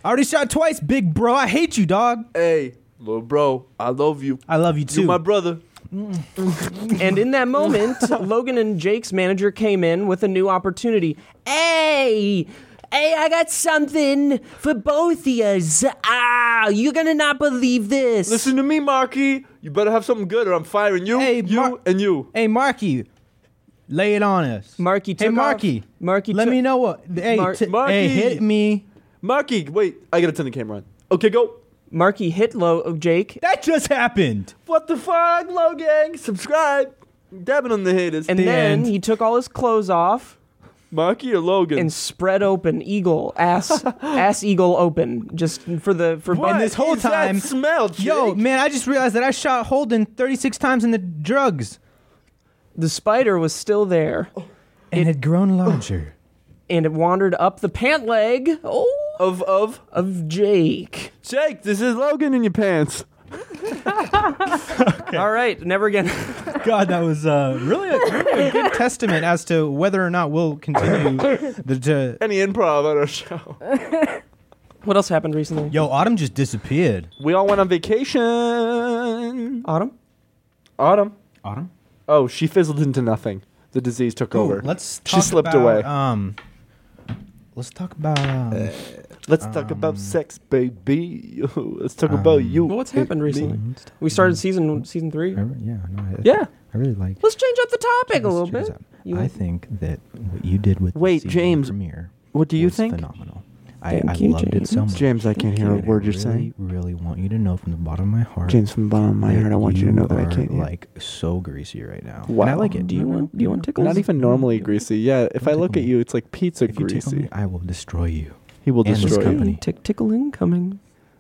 Speaker 3: I already shot twice, big bro. I hate you, dog.
Speaker 2: Hey, little bro, I love you.
Speaker 3: I love you
Speaker 2: You
Speaker 3: too.
Speaker 2: my brother.
Speaker 1: And in that moment, Logan and Jake's manager came in with a new opportunity. Hey! Hey, I got something for both of yous. Ah, you're gonna not believe this.
Speaker 2: Listen to me, Marky. You better have something good, or I'm firing you,
Speaker 3: Hey,
Speaker 2: you,
Speaker 3: Mar-
Speaker 2: and you.
Speaker 3: hey, Marky, lay it on us.
Speaker 1: Marky
Speaker 3: hey,
Speaker 1: took
Speaker 3: Marky,
Speaker 1: off. Marky
Speaker 3: let
Speaker 1: took-
Speaker 3: me know what. Hey,
Speaker 1: Mar-
Speaker 3: t-
Speaker 2: Marky.
Speaker 3: hey, hit me.
Speaker 2: Marky, wait, I gotta turn the camera on. Okay, go.
Speaker 1: Marky hit low of Jake,
Speaker 3: That just happened.
Speaker 2: What the fuck, Logang? Subscribe. Dabbing on the haters.
Speaker 1: and
Speaker 3: the
Speaker 1: then
Speaker 3: end.
Speaker 1: he took all his clothes off
Speaker 2: Marky or Logan?
Speaker 1: and spread open eagle ass ass eagle open just for the for
Speaker 2: What
Speaker 3: And this whole
Speaker 2: is that
Speaker 3: time-
Speaker 2: smell, Jake?
Speaker 3: Yo, man, I just realized that I shot Holden 36 times in the drugs
Speaker 1: the spider was still there
Speaker 3: and it had grown larger.
Speaker 1: and it wandered up the pant leg oh
Speaker 2: of of
Speaker 1: of Jake.
Speaker 2: Jake, this is Logan in your pants.
Speaker 1: All right, never again.
Speaker 3: God, that was uh, really, a, really a good testament as to whether or not we'll continue the. to-
Speaker 2: Any improv on our show.
Speaker 1: what else happened recently?
Speaker 3: Yo, Autumn just disappeared.
Speaker 2: We all went on vacation.
Speaker 1: Autumn?
Speaker 2: Autumn.
Speaker 3: Autumn?
Speaker 2: Oh, she fizzled into nothing. The disease took over.
Speaker 3: Let's
Speaker 2: She
Speaker 3: talk
Speaker 2: slipped
Speaker 3: about,
Speaker 2: away.
Speaker 3: Um, let's talk about. Um,
Speaker 1: Uh,
Speaker 2: Let's talk about sex, baby. Let's talk about you.
Speaker 1: Well, what's happened
Speaker 2: Me.
Speaker 1: recently? We started season season three.
Speaker 3: I re- yeah, no, I,
Speaker 1: Yeah,
Speaker 3: I really like.
Speaker 1: let's change up the topic a
Speaker 3: this
Speaker 1: little
Speaker 3: series
Speaker 1: bit.
Speaker 3: up.
Speaker 1: You-
Speaker 3: I think that what you did with the
Speaker 2: Wait,
Speaker 3: season
Speaker 2: James,
Speaker 3: premiere
Speaker 2: What do you
Speaker 3: was
Speaker 2: think?
Speaker 3: phenomenal. I,
Speaker 6: Thank
Speaker 3: I
Speaker 6: you,
Speaker 3: loved it so
Speaker 6: James.
Speaker 3: much.
Speaker 6: James, I can't hear a
Speaker 3: And
Speaker 6: word you're
Speaker 3: really,
Speaker 6: saying.
Speaker 3: Really want you to know from the bottom of my heart,
Speaker 6: James, from the bottom of my
Speaker 3: that
Speaker 6: heart, I want you to know that I
Speaker 3: are,
Speaker 6: can't hear.
Speaker 3: Like so greasy right now.
Speaker 6: Wow.
Speaker 3: And I like it.
Speaker 6: Do you
Speaker 3: No, no,
Speaker 6: want- do you
Speaker 3: no,
Speaker 6: want
Speaker 3: no.
Speaker 6: tickles?
Speaker 2: Not even normally greasy. Yeah, if I
Speaker 3: Tickle
Speaker 2: look at
Speaker 3: me.
Speaker 2: you, it's like pizza
Speaker 3: If you tickle
Speaker 2: greasy.
Speaker 3: me, I will destroy you.
Speaker 2: he will
Speaker 3: and this
Speaker 2: destroy you.
Speaker 3: company.
Speaker 6: Tick, tickle incoming.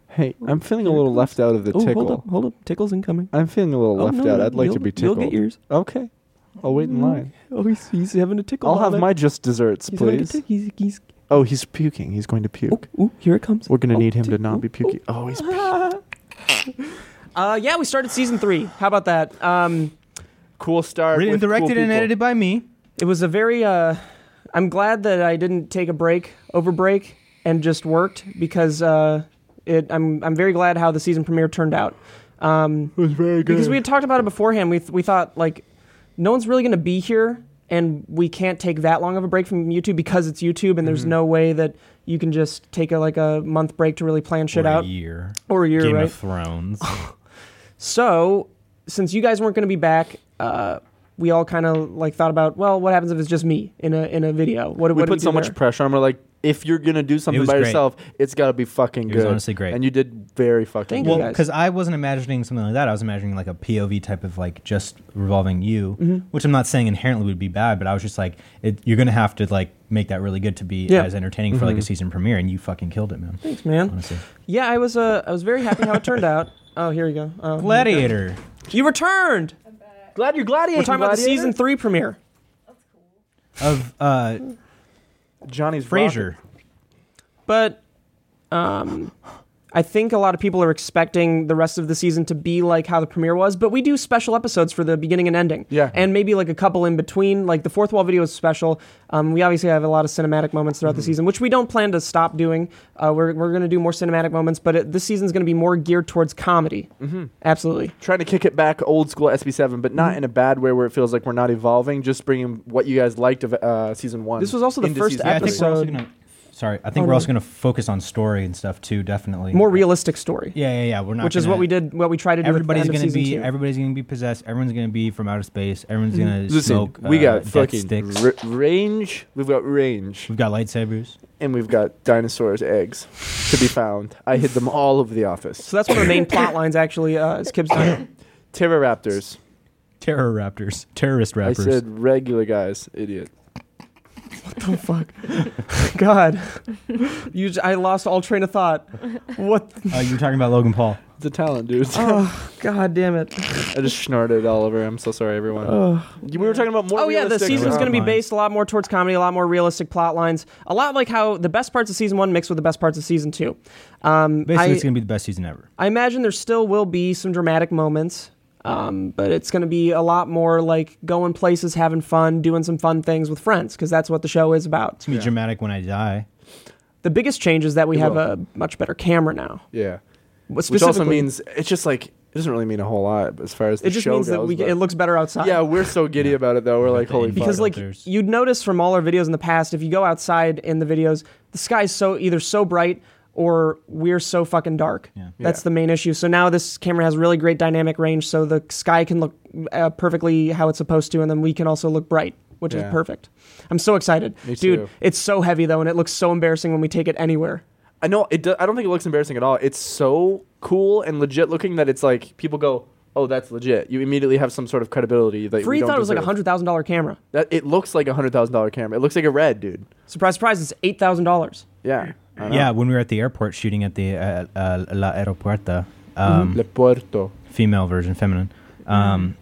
Speaker 2: Hey, I'm feeling a little left out of the
Speaker 6: oh,
Speaker 2: tickle.
Speaker 6: hold up, hold up. Tickle's incoming.
Speaker 2: I'm feeling a little
Speaker 6: Oh,
Speaker 2: left
Speaker 6: no,
Speaker 2: out.
Speaker 6: no,
Speaker 2: I'd like to
Speaker 6: you'll-
Speaker 2: be tickled.
Speaker 6: You'll get yours.
Speaker 2: Okay, I'll wait in line.
Speaker 6: Oh, he's, he's having a tickle.
Speaker 2: I'll have
Speaker 6: moment.
Speaker 2: my just desserts,
Speaker 6: He's, having a
Speaker 2: please.
Speaker 6: tick- he's, he's
Speaker 2: Oh, he's puking. He's going to
Speaker 6: oh,
Speaker 2: puke.
Speaker 6: ooh, here it comes.
Speaker 2: We're gonna
Speaker 6: Oh,
Speaker 2: need him to
Speaker 6: tick-
Speaker 2: not
Speaker 6: ooh,
Speaker 2: be puking. Oh, he's
Speaker 1: Uh, yeah, we started season three. How about that? Um,
Speaker 2: cool start.
Speaker 3: Written,
Speaker 2: with cool
Speaker 3: directed, and
Speaker 2: people.
Speaker 3: edited by me.
Speaker 1: it was a very. Uh, I'm glad that I didn't take a break over break and just worked because uh, it. I'm I'm very glad how the season premiere turned out. Um,
Speaker 2: It was very good.
Speaker 1: because we had talked about it beforehand. We th- we thought like no one's really going to be here, and we can't take that long of a break from YouTube because it's YouTube, and
Speaker 3: Mm-hmm.
Speaker 1: there's no way that you can just take a like a month break to really plan shit
Speaker 3: Or a
Speaker 1: out
Speaker 3: Year.
Speaker 1: or a year,
Speaker 3: Game
Speaker 1: right?
Speaker 3: of Thrones.
Speaker 1: So, since you guys weren't going to be back, uh, we all kind of like thought about, well, what happens if it's just me in a in a video? What
Speaker 2: we
Speaker 1: what do
Speaker 2: put
Speaker 1: do
Speaker 2: so much
Speaker 1: there?
Speaker 2: pressure on. We're like, if you're gonna do something
Speaker 3: was
Speaker 2: by
Speaker 3: great.
Speaker 2: yourself, it's gotta be fucking
Speaker 3: It
Speaker 2: good.
Speaker 3: was honestly great.
Speaker 2: And you did very fucking
Speaker 1: Thank
Speaker 2: good.
Speaker 1: you.
Speaker 3: well,
Speaker 1: guys.
Speaker 3: because I wasn't imagining something like that. I was imagining like a POV type of like just revolving you,
Speaker 1: Mm-hmm.
Speaker 3: which I'm not saying inherently would be bad, but I was just like, it, you're gonna have to like make that really good to be
Speaker 1: Yeah. Mm-hmm.
Speaker 3: as entertaining for like a season premiere, and you fucking killed it, man.
Speaker 1: Thanks, man.
Speaker 3: Honestly,
Speaker 1: Yeah, I was uh, I was very happy how it turned out. Oh, here you go. Oh,
Speaker 3: Gladiator.
Speaker 1: you returned.
Speaker 2: glad you're glad
Speaker 1: We're talking about the season three premiere.
Speaker 3: of uh,
Speaker 2: Johnny's
Speaker 3: Frasier.
Speaker 1: but um, I think a lot of people are expecting the rest of the season to be like how the premiere was. But we do special episodes for the beginning and ending,
Speaker 2: Yeah.
Speaker 1: and maybe like a couple in between. Like the fourth wall video is special. Um, we obviously have a lot of cinematic moments throughout the season, which we don't plan to stop doing. Uh, we're we're going to do more cinematic moments, but it, this season's going to be more geared towards comedy. Mm-hmm. Absolutely.
Speaker 2: trying to kick it back old school SB7, but
Speaker 1: Mm-hmm.
Speaker 2: not in a bad way where it feels like we're not evolving. Just bringing what you guys liked of uh, season one.
Speaker 1: This was also the
Speaker 2: into
Speaker 1: first
Speaker 2: season
Speaker 3: Yeah, I
Speaker 2: three.
Speaker 3: think we're also
Speaker 1: Episode-
Speaker 3: gonna. Sorry, I think
Speaker 1: Oh,
Speaker 3: we're
Speaker 1: no.
Speaker 3: also gonna focus on story and stuff too. Definitely
Speaker 1: More realistic story,
Speaker 3: Yeah, yeah, yeah. We're not.
Speaker 1: which is what
Speaker 3: gonna-
Speaker 1: we did. What we tried to do.
Speaker 3: Everybody's
Speaker 1: going to
Speaker 3: be.
Speaker 1: Two. Mm-hmm.
Speaker 3: Everybody's gonna be possessed. Everyone's gonna be from outer space. Everyone's gonna
Speaker 2: Listen,
Speaker 3: smoke.
Speaker 2: we
Speaker 3: uh,
Speaker 2: got
Speaker 3: death
Speaker 2: fucking
Speaker 3: sticks.
Speaker 2: r- range. We've got range,
Speaker 3: We've got lightsabers.
Speaker 2: and we've got dinosaurs' eggs to be found. I hid them all over the office.
Speaker 1: so that's one of the main plot lines, actually. Uh, is Kib's
Speaker 2: Pteroraptors.
Speaker 3: Terror raptors. Terrorist
Speaker 2: I
Speaker 3: rappers.
Speaker 2: said regular guys, idiot.
Speaker 1: God, you! j- I lost all train of thought. What?
Speaker 3: Uh, you were talking about Logan Paul.
Speaker 2: It's a talent, dude.
Speaker 1: Oh, God damn it!
Speaker 2: I just snorted all over. I'm so sorry, everyone.
Speaker 1: Uh,
Speaker 2: we were talking about more.
Speaker 1: Oh yeah, the
Speaker 2: realistic-
Speaker 1: season's going to be
Speaker 3: lines.
Speaker 1: based a lot more towards comedy, a lot more realistic plot lines, a lot like how the best parts of season one mix with the best parts of season two. Um,
Speaker 3: Basically,
Speaker 1: I,
Speaker 3: it's gonna be the best season ever.
Speaker 1: I imagine there still will be some dramatic moments, um, but it's going to be a lot more like going places, having fun, doing some fun things with friends, because that's what the show is about.
Speaker 3: It's gonna be dramatic when I die.
Speaker 1: The biggest change is that we
Speaker 2: It
Speaker 1: have
Speaker 2: will.
Speaker 1: a much better camera now.
Speaker 2: Yeah, which
Speaker 1: Specifically,
Speaker 2: also means it's just like it doesn't really mean a whole lot but as far as the
Speaker 1: it just
Speaker 2: show
Speaker 1: means that
Speaker 2: goes,
Speaker 1: we
Speaker 2: but-
Speaker 1: it looks better outside.
Speaker 2: yeah, we're so giddy about it though. We're like,
Speaker 3: the
Speaker 2: holy
Speaker 3: indie
Speaker 2: fuck.
Speaker 1: because like
Speaker 3: filters.
Speaker 1: you'd notice from all our videos in the past if you go outside in the videos the sky's so either so bright or we're so fucking dark
Speaker 3: Yeah.
Speaker 1: that's
Speaker 2: Yeah.
Speaker 1: the main issue so now this camera has really great dynamic range so the sky can look uh, perfectly how it's supposed to and then we can also look bright which
Speaker 2: Yeah.
Speaker 1: is perfect i'm so excited
Speaker 2: Me
Speaker 1: dude
Speaker 2: too.
Speaker 1: it's so heavy though and it looks so embarrassing when we take it anywhere
Speaker 2: I know it. Do, I don't think it looks embarrassing at all. It's so cool and legit looking that it's like people go, "Oh, that's legit." You immediately have some sort of credibility that
Speaker 1: free
Speaker 2: you don't
Speaker 1: thought it was like a
Speaker 2: deserve.
Speaker 1: hundred thousand dollar camera
Speaker 2: That it looks like a hundred thousand dollar camera. It looks like a red dude.
Speaker 1: surprise surprise it's eight thousand dollars
Speaker 2: Yeah. I know.
Speaker 3: Yeah, when we were at the airport shooting at the uh, uh, La Aeropuerta, um,
Speaker 2: Le Puerto.
Speaker 3: female version, feminine.
Speaker 2: Mm-hmm.
Speaker 3: Um,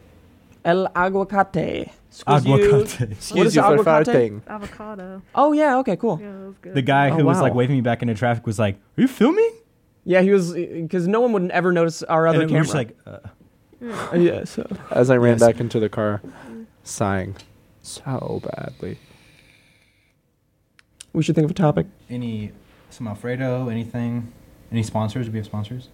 Speaker 1: el aguacate Excuse you.
Speaker 3: Aguacate.
Speaker 1: What is
Speaker 2: Excuse you
Speaker 1: the
Speaker 2: for
Speaker 1: avocate?
Speaker 2: farting.
Speaker 5: Avocado.
Speaker 1: oh yeah okay cool
Speaker 5: Yeah, that was good.
Speaker 3: The guy who
Speaker 1: Oh,
Speaker 3: was like
Speaker 1: wow.
Speaker 3: waving me back into traffic was like, "Are you filming?"
Speaker 1: yeah he was because no one would ever notice our other
Speaker 3: and we
Speaker 1: camera
Speaker 3: were just like, uh,
Speaker 1: yeah, so
Speaker 2: As I ran
Speaker 3: Yes.
Speaker 2: back into the car, sighing so badly.
Speaker 1: we should think of a topic.
Speaker 3: "Any some Alfredo? Anything? Any sponsors? Do we have sponsors?"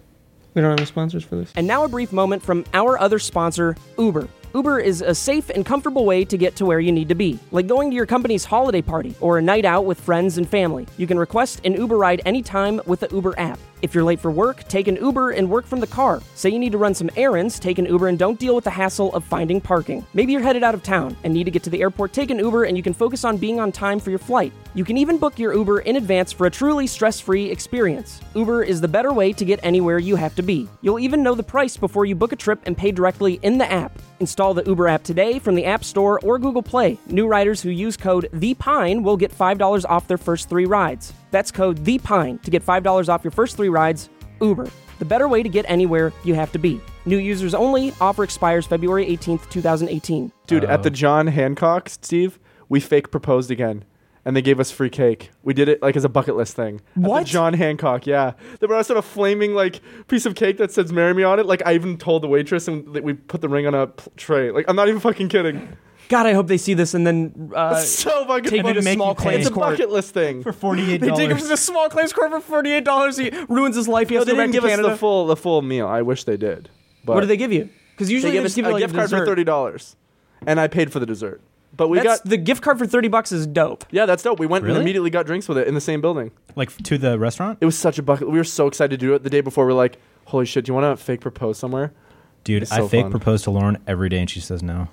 Speaker 1: We don't have any sponsors for this. And now a brief moment from our other sponsor, Uber. Uber is a safe and comfortable way to get to where you need to be, like going to your company's holiday party or a night out with friends and family. You can request an Uber ride anytime with the Uber app.
Speaker 4: If you're late for work, take an Uber and work from the car. Say you need to run some errands, take an Uber and don't deal with the hassle of finding parking. Maybe you're headed out of town and need to get to the airport, take an Uber and you can focus on being on time for your flight. You can even book your Uber in advance for a truly stress free experience. Uber is the better way to get anywhere you have to be. You'll even know the price before you book a trip and pay directly in the app. Install the Uber app today from the App Store or Google Play. New riders who use code THEPINE will get $5 off their first three rides. That's code THEPINE to get $5 off your first three rides. Uber, the better way to get anywhere you have to be. New users only. Offer expires February 18th, 2018.
Speaker 2: Dude, at the John Hancock, Steve, we fake proposed again. And they gave us free cake. We did it like as a bucket list thing. At the
Speaker 7: What?
Speaker 2: John Hancock, yeah. They brought us out a flaming like piece of cake that says "Marry Me" on it. Like I even told the waitress, and that we put the ring on a pl- tray. Like I'm not even fucking kidding.
Speaker 4: God, I hope they see this and then uh,
Speaker 2: so fucking
Speaker 4: take you
Speaker 2: funny.
Speaker 4: to
Speaker 3: make
Speaker 4: small
Speaker 3: you pay.
Speaker 4: claims
Speaker 2: It's a
Speaker 4: court.
Speaker 2: bucket list thing.
Speaker 3: for forty-eight
Speaker 1: They take him to
Speaker 3: dollars.
Speaker 1: the small claims court for forty-eight dollars. He ruins his life. He
Speaker 2: No,
Speaker 1: has
Speaker 2: they
Speaker 1: to go back
Speaker 2: didn't
Speaker 1: to
Speaker 2: give us
Speaker 1: Canada.
Speaker 2: the full the full meal. I wish they did. But
Speaker 4: What do they give you? Because
Speaker 2: They
Speaker 4: usually they,
Speaker 2: gave us
Speaker 4: just give
Speaker 2: a
Speaker 4: you like
Speaker 2: gift card
Speaker 4: dessert.
Speaker 2: for thirty dollars, and I paid for the dessert. But we
Speaker 4: That's-
Speaker 2: got
Speaker 4: the gift card for thirty bucks is dope.
Speaker 2: yeah, that's dope. We went
Speaker 3: Really?
Speaker 2: and immediately got drinks with it in the same building.
Speaker 3: Like f- to the restaurant,
Speaker 2: It was such a bucket. We were so excited to do it the day before. We are like, holy shit, do you want to fake propose somewhere?
Speaker 3: dude.
Speaker 2: It's
Speaker 3: I
Speaker 2: so
Speaker 3: fake
Speaker 2: fun.
Speaker 3: propose to Lauren every day, and she says no.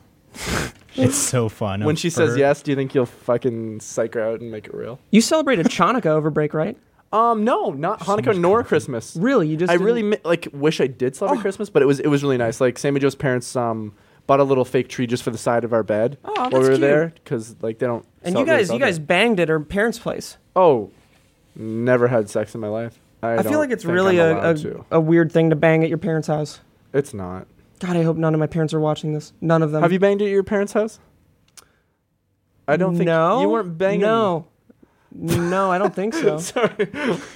Speaker 3: it's so fun.
Speaker 2: when
Speaker 3: I'm-
Speaker 2: she
Speaker 3: for
Speaker 2: says
Speaker 3: her-
Speaker 2: yes, do you think you'll fucking psych her out and make it real?
Speaker 4: You celebrated Chanukah over break, right?
Speaker 2: Um, no, not Hanukkah nor Christmas.
Speaker 4: Really? You just
Speaker 2: I
Speaker 4: didn't-
Speaker 2: really Oh. mi- like wish I did celebrate Christmas, but it was it was really nice. Like Sammy Joe's parents um bought a little fake tree just for the side of our bed oh, while we
Speaker 4: that's
Speaker 2: were
Speaker 4: cute.
Speaker 2: there because like they don't.
Speaker 4: and
Speaker 2: cel- really
Speaker 4: you guys, you
Speaker 2: celebrate.
Speaker 4: guys banged at her parents' place.
Speaker 2: Oh, never had sex in my life. I,
Speaker 4: I,
Speaker 2: don't
Speaker 4: feel like it's
Speaker 2: think
Speaker 4: really
Speaker 2: I'm
Speaker 4: a,
Speaker 2: allowed
Speaker 4: a,
Speaker 2: to.
Speaker 4: a weird thing to bang at your parents' house.
Speaker 2: It's not.
Speaker 4: God, I hope none of my parents are watching this. None of them.
Speaker 2: Have you banged at your parents' house? I don't think
Speaker 4: no,
Speaker 2: you weren't banging.
Speaker 4: No, no, I don't think so.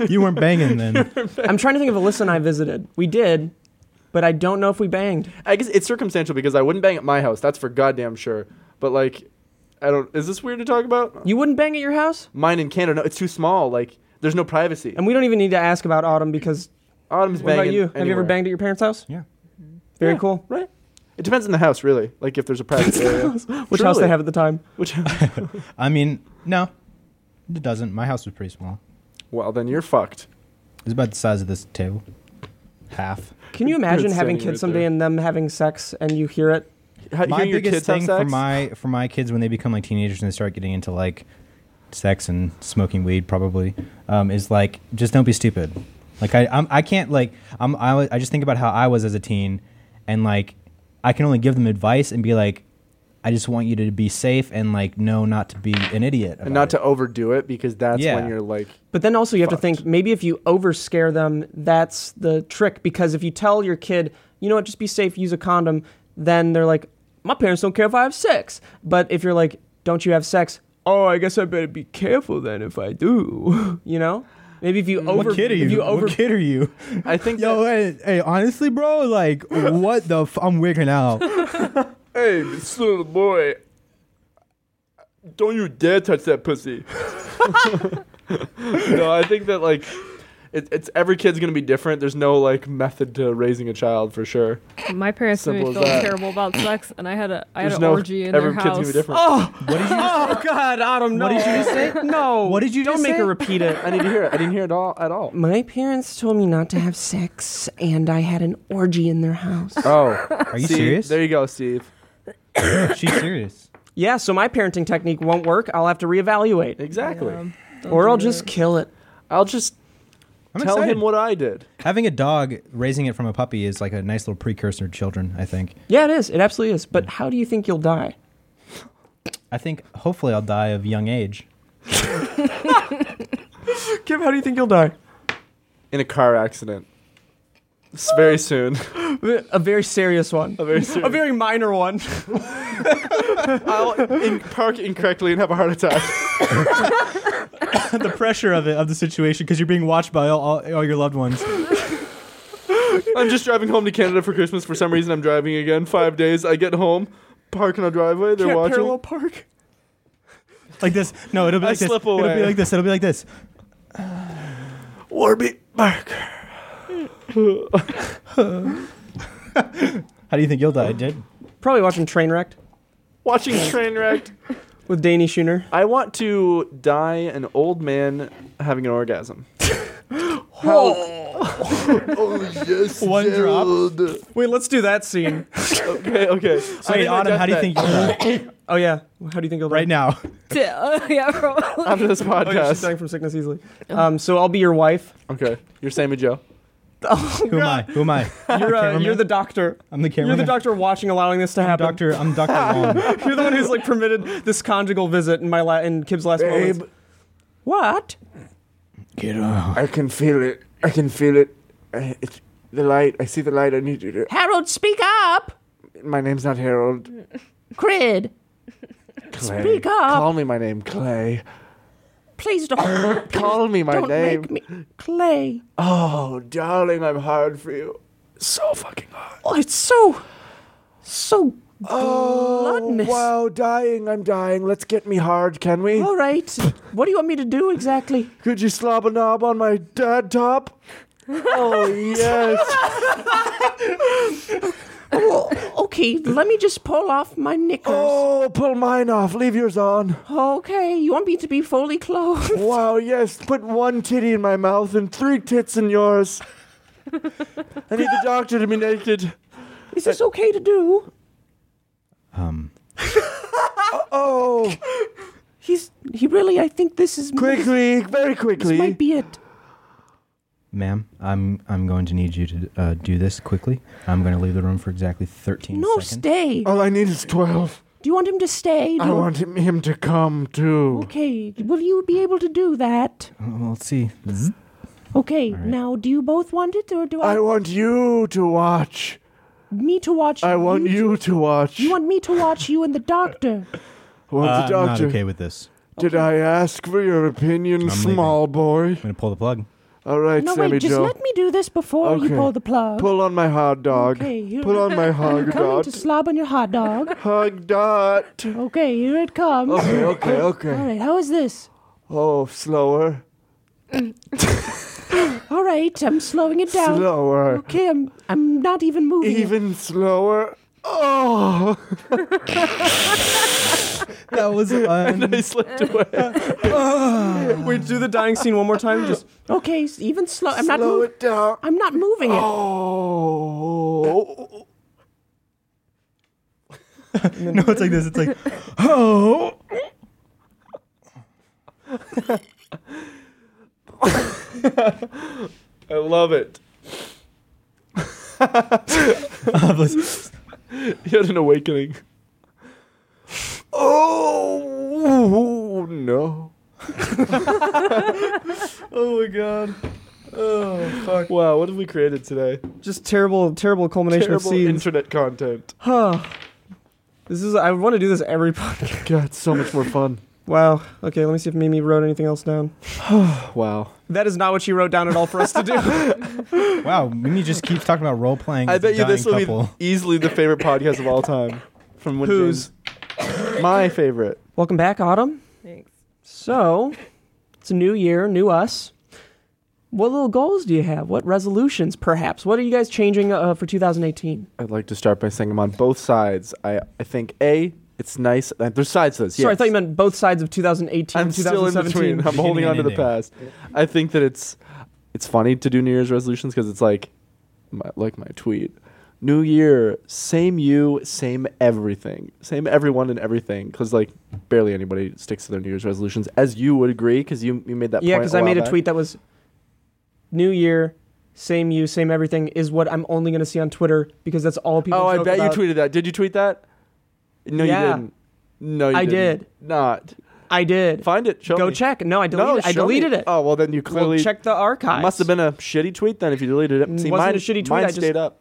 Speaker 3: you weren't banging then.
Speaker 4: I'm trying to think of Alyssa and I visited. We did, but I don't know if we banged.
Speaker 2: I guess it's circumstantial because I wouldn't bang at my house. That's for goddamn sure. But like, I don't. Is this weird to talk about?
Speaker 4: You wouldn't bang at your house,
Speaker 2: Mine in Canada, no, it's too small. Like, there's no privacy.
Speaker 4: and we don't even need to ask about Autumn because
Speaker 2: Autumn's
Speaker 4: what
Speaker 2: banging.
Speaker 4: about you? Have you ever
Speaker 2: anywhere.
Speaker 4: banged at your parents' house?
Speaker 3: Yeah.
Speaker 4: Very
Speaker 2: Yeah.
Speaker 4: cool.
Speaker 2: Right. It depends on the house, really. Like if there's a private area.
Speaker 4: Which house they have at the time?
Speaker 2: Which?
Speaker 3: I mean, no, it doesn't. My house was pretty small.
Speaker 2: Well, then you're fucked.
Speaker 3: It's about the size of this table, half.
Speaker 4: Can you imagine
Speaker 2: It's
Speaker 4: having
Speaker 2: standing
Speaker 4: kids
Speaker 2: right
Speaker 4: someday
Speaker 2: there.
Speaker 4: and them having sex and you hear it?
Speaker 2: How,
Speaker 3: my
Speaker 2: hearing your
Speaker 3: biggest
Speaker 2: kids have
Speaker 3: thing for
Speaker 2: sex?
Speaker 3: my for my kids when they become like teenagers and they start getting into like sex and smoking weed probably um, is like just don't be stupid like i I'm, i can't like i'm I, wa- I just think about how i was as a teen and like i can only give them advice and be like i just want you to be safe and like know not to be an idiot
Speaker 2: and not to overdo it because that's
Speaker 3: Yeah.
Speaker 2: when you're like
Speaker 4: But then also you have
Speaker 2: Fucked.
Speaker 4: to think maybe if you overscare them, that's the trick. Because if you tell your kid, you know what, just be safe, use a condom, then they're like, my parents don't care if I have sex. But if you're like, don't you have sex,
Speaker 1: Oh, I guess I better be careful then if I do.
Speaker 4: you know? Maybe if you over,
Speaker 3: Mm. what kid are you,
Speaker 4: if you over,
Speaker 3: what kid are you
Speaker 2: I think
Speaker 3: yo
Speaker 2: that-
Speaker 3: hey, hey honestly bro like what the f- i'm wigging out
Speaker 1: hey, this little boy.
Speaker 2: don't you dare touch that pussy. no, I think that like it, it's every kid's gonna be different. There's no like method to raising a child for sure.
Speaker 5: My parents made me
Speaker 2: Simple
Speaker 5: feel
Speaker 2: as that.
Speaker 5: terrible about sex, and I had a I had
Speaker 2: There's
Speaker 5: an
Speaker 2: no
Speaker 5: orgy in
Speaker 2: every
Speaker 5: their
Speaker 2: kid's gonna
Speaker 5: house.
Speaker 2: be different. Oh,
Speaker 4: oh God, Autumn, no.
Speaker 3: What did you just
Speaker 4: say? No.
Speaker 3: What did you
Speaker 4: Don't
Speaker 3: just
Speaker 4: make
Speaker 3: say?
Speaker 4: her repeat it.
Speaker 2: I need to hear it. I didn't hear it all at all.
Speaker 4: My parents told me not to have sex, and I had an orgy in their house.
Speaker 2: Oh,
Speaker 3: are you serious
Speaker 2: There you go, Steve.
Speaker 3: she's serious
Speaker 4: Yeah, so my parenting technique won't work. I'll have to reevaluate,
Speaker 2: Exactly.
Speaker 4: or I'll just kill it.
Speaker 2: I'll just
Speaker 3: I'm
Speaker 2: tell
Speaker 3: excited.
Speaker 2: him what I did.
Speaker 3: Having a dog, raising it from a puppy is like a nice little precursor to children, I think.
Speaker 4: Yeah, it is. It absolutely is. But how do you think you'll die?
Speaker 3: I think hopefully I'll die of young age.
Speaker 4: Kim, how do you think you'll die?
Speaker 2: In a car accident. S- Very soon.
Speaker 4: A very serious one.
Speaker 2: Very soon.
Speaker 4: A very minor one.
Speaker 2: I'll in- park incorrectly and have a heart attack.
Speaker 3: the pressure of it, of the situation, because you're being watched by all, all, all your loved ones.
Speaker 2: I'm just driving home to Canada for Christmas. For some reason, I'm driving again. Five days. I get home, park in a driveway. They're
Speaker 1: Can't
Speaker 2: watching.
Speaker 1: parallel park.
Speaker 3: Like this. No, it'll be
Speaker 2: I
Speaker 3: like this.
Speaker 2: slip
Speaker 3: It'll
Speaker 2: away.
Speaker 3: be like this. It'll be like this.
Speaker 2: Warby Parker.
Speaker 3: How do you think you'll die? Did
Speaker 4: Probably watching Trainwrecked
Speaker 2: Watching Trainwreck.
Speaker 4: with Danny Schooner.
Speaker 2: I want to die an old man having an orgasm. How, oh yes,
Speaker 3: One drop.
Speaker 2: Gerald.
Speaker 1: Wait, let's do that scene.
Speaker 2: Okay, okay.
Speaker 3: So wait, Autumn, how do you think you'll die?
Speaker 1: Oh yeah, how do you think you'll die?
Speaker 3: right now?
Speaker 5: Oh, yeah, probably.
Speaker 2: after this
Speaker 1: Oh yeah, she's
Speaker 2: podcast?
Speaker 1: dying from sickness easily. Um, so I'll be your wife.
Speaker 2: okay, you're Sammy Joe.
Speaker 3: Who am I? Who am I?
Speaker 1: You're uh,
Speaker 3: Cameraman?
Speaker 1: you're the doctor.
Speaker 3: I'm the
Speaker 1: You're
Speaker 3: cameraman.
Speaker 1: the doctor watching, allowing this to
Speaker 3: I'm
Speaker 1: happen.
Speaker 3: Doctor. I'm Doctor Long.
Speaker 1: You're the one who's like permitted this conjugal visit in my la- in Kib's last moments.
Speaker 4: What?
Speaker 3: Get off.
Speaker 2: I can feel it. I can feel it. I, it's the light. I see the light. I need you to.
Speaker 4: Harold, speak up!
Speaker 2: My name's not Harold.
Speaker 4: Crid,
Speaker 2: Clay.
Speaker 4: Speak up.
Speaker 2: Call me my name, Clay.
Speaker 4: please don't,
Speaker 2: Call me my
Speaker 4: don't
Speaker 2: name.
Speaker 4: make me. Clay.
Speaker 2: Oh, darling, I'm hard for you. So fucking hard.
Speaker 4: Oh, it's so, so.
Speaker 2: Oh,
Speaker 4: Glutinous.
Speaker 2: wow, dying. I'm dying. Let's get me hard, can we?
Speaker 4: All right. What do you want me to do exactly?
Speaker 2: Could you slob a knob on my dad top? oh, yes.
Speaker 4: Oh, okay, let me just pull off my knickers.
Speaker 2: Oh, pull mine off. Leave yours on.
Speaker 4: Okay, you want me to be fully clothed?
Speaker 2: Wow, yes. Put one titty in my mouth and three tits in yours. I need the doctor to be naked.
Speaker 4: Is this okay to do?
Speaker 3: Um.
Speaker 2: Oh,
Speaker 4: He's he really. I think this is
Speaker 2: quickly, very
Speaker 4: This
Speaker 2: quickly.
Speaker 4: might be it.
Speaker 3: Ma'am, I'm I'm going to need you to uh, do this quickly. I'm going to leave the room for exactly 13
Speaker 4: No,
Speaker 3: seconds.
Speaker 4: stay.
Speaker 2: All I need is 12.
Speaker 4: Do you want him to stay? Do
Speaker 2: Oh. I
Speaker 4: you-
Speaker 2: want him, him to come too.
Speaker 4: Okay, will you be able to do that?
Speaker 3: well, let's see.
Speaker 4: Okay,
Speaker 3: Oh. All right.
Speaker 4: now do you both want it or do I,
Speaker 2: I want you to watch.
Speaker 4: me to watch?
Speaker 2: I want
Speaker 4: you.
Speaker 2: you to watch.
Speaker 4: You want me to watch you and the doctor?
Speaker 2: Well,
Speaker 3: Uh,
Speaker 2: the
Speaker 3: I'm not
Speaker 2: doctor,
Speaker 3: okay with this.
Speaker 2: did I ask for your opinion,
Speaker 3: I'm leaving.
Speaker 2: small boy?
Speaker 3: I'm going to pull the plug.
Speaker 2: All right,
Speaker 4: no,
Speaker 2: Sammy
Speaker 4: wait, just
Speaker 2: Joe.
Speaker 4: let me do this before you
Speaker 2: Okay.
Speaker 4: pull the plug.
Speaker 2: Pull on my hot dog.
Speaker 4: Okay, here
Speaker 2: Pull on my
Speaker 4: I'm
Speaker 2: hog
Speaker 4: coming
Speaker 2: dot.
Speaker 4: to slob on your hot dog.
Speaker 2: Hog dot.
Speaker 4: Okay, here it comes.
Speaker 2: Okay, okay,
Speaker 4: All
Speaker 2: okay.
Speaker 4: right, how is this?
Speaker 2: Oh, slower.
Speaker 4: All right, I'm slowing it down.
Speaker 2: Slower.
Speaker 4: Okay, I'm I'm not even moving. it.
Speaker 2: Even slower. Oh,
Speaker 3: That was un-
Speaker 2: I slipped away.
Speaker 1: Wait, do the dying scene one more time. Just
Speaker 4: Okay, s- even slow. I'm not
Speaker 2: Slow
Speaker 4: moving.
Speaker 2: it down.
Speaker 4: I'm not moving it.
Speaker 2: Oh.
Speaker 3: No, it's like this. It's like, "Oh."
Speaker 2: I love it. He had an awakening. Oh no!
Speaker 1: oh my god. Oh fuck.
Speaker 2: Wow, what have we created today?
Speaker 1: Just terrible, terrible culmination
Speaker 2: Terrible
Speaker 1: of scenes.
Speaker 2: internet content.
Speaker 1: Huh. This is. I want to do this every podcast.
Speaker 2: God, it's so much more fun.
Speaker 1: Wow. Okay, let me see if Mimi wrote anything else down.
Speaker 2: Wow.
Speaker 1: That is not what she wrote down at all for us to do.
Speaker 3: wow, Mimi just keeps talking about role playing.
Speaker 2: I bet you this will
Speaker 3: couple.
Speaker 2: be easily the favorite podcast of all time. From when
Speaker 1: Whose?
Speaker 2: James- my favorite.
Speaker 4: Welcome back, Autumn.
Speaker 5: Thanks.
Speaker 4: So, it's a new year, new us. What little goals do you have? What resolutions, perhaps? What are you guys changing uh, for 2018?
Speaker 2: I'd like to start by saying I'm on both sides. I I think a it's nice. Uh, there's sides to this.
Speaker 4: Sorry, I
Speaker 2: yes.
Speaker 4: thought you meant both sides of 2018
Speaker 2: I'm
Speaker 4: and
Speaker 2: still in
Speaker 4: 2017.
Speaker 2: between. I'm holding
Speaker 3: Beginning
Speaker 2: on to
Speaker 3: and
Speaker 2: the past. I think that it's it's funny to do New Year's resolutions because it's like my, like my tweet. New year, same you, same everything, same everyone and everything. Because like barely anybody sticks to their New Year's resolutions, as you would agree, because you you made that.
Speaker 4: Yeah,
Speaker 2: because
Speaker 4: because I made a tweet that was New Year, same you, same everything is what I'm only going to see on Twitter because that's all people
Speaker 2: Oh, I
Speaker 4: joke
Speaker 2: bet
Speaker 4: about.
Speaker 2: you tweeted that. Did you tweet that? No, you
Speaker 4: Yeah.
Speaker 2: didn't. No, you
Speaker 4: I
Speaker 2: didn't.
Speaker 4: did.
Speaker 2: Not
Speaker 4: I did.
Speaker 2: find it. Show
Speaker 4: Go
Speaker 2: me.
Speaker 4: check. No, I
Speaker 2: No,
Speaker 4: deleted I
Speaker 2: show me.
Speaker 4: deleted it.
Speaker 2: Oh well, then you
Speaker 4: Well,
Speaker 2: clearly
Speaker 4: check the archives.
Speaker 2: Must have been a shitty tweet then if you deleted it.
Speaker 4: Mm,
Speaker 2: See,
Speaker 4: wasn't
Speaker 2: mine,
Speaker 4: a shitty tweet,
Speaker 2: Mine
Speaker 4: I just-
Speaker 2: stayed up.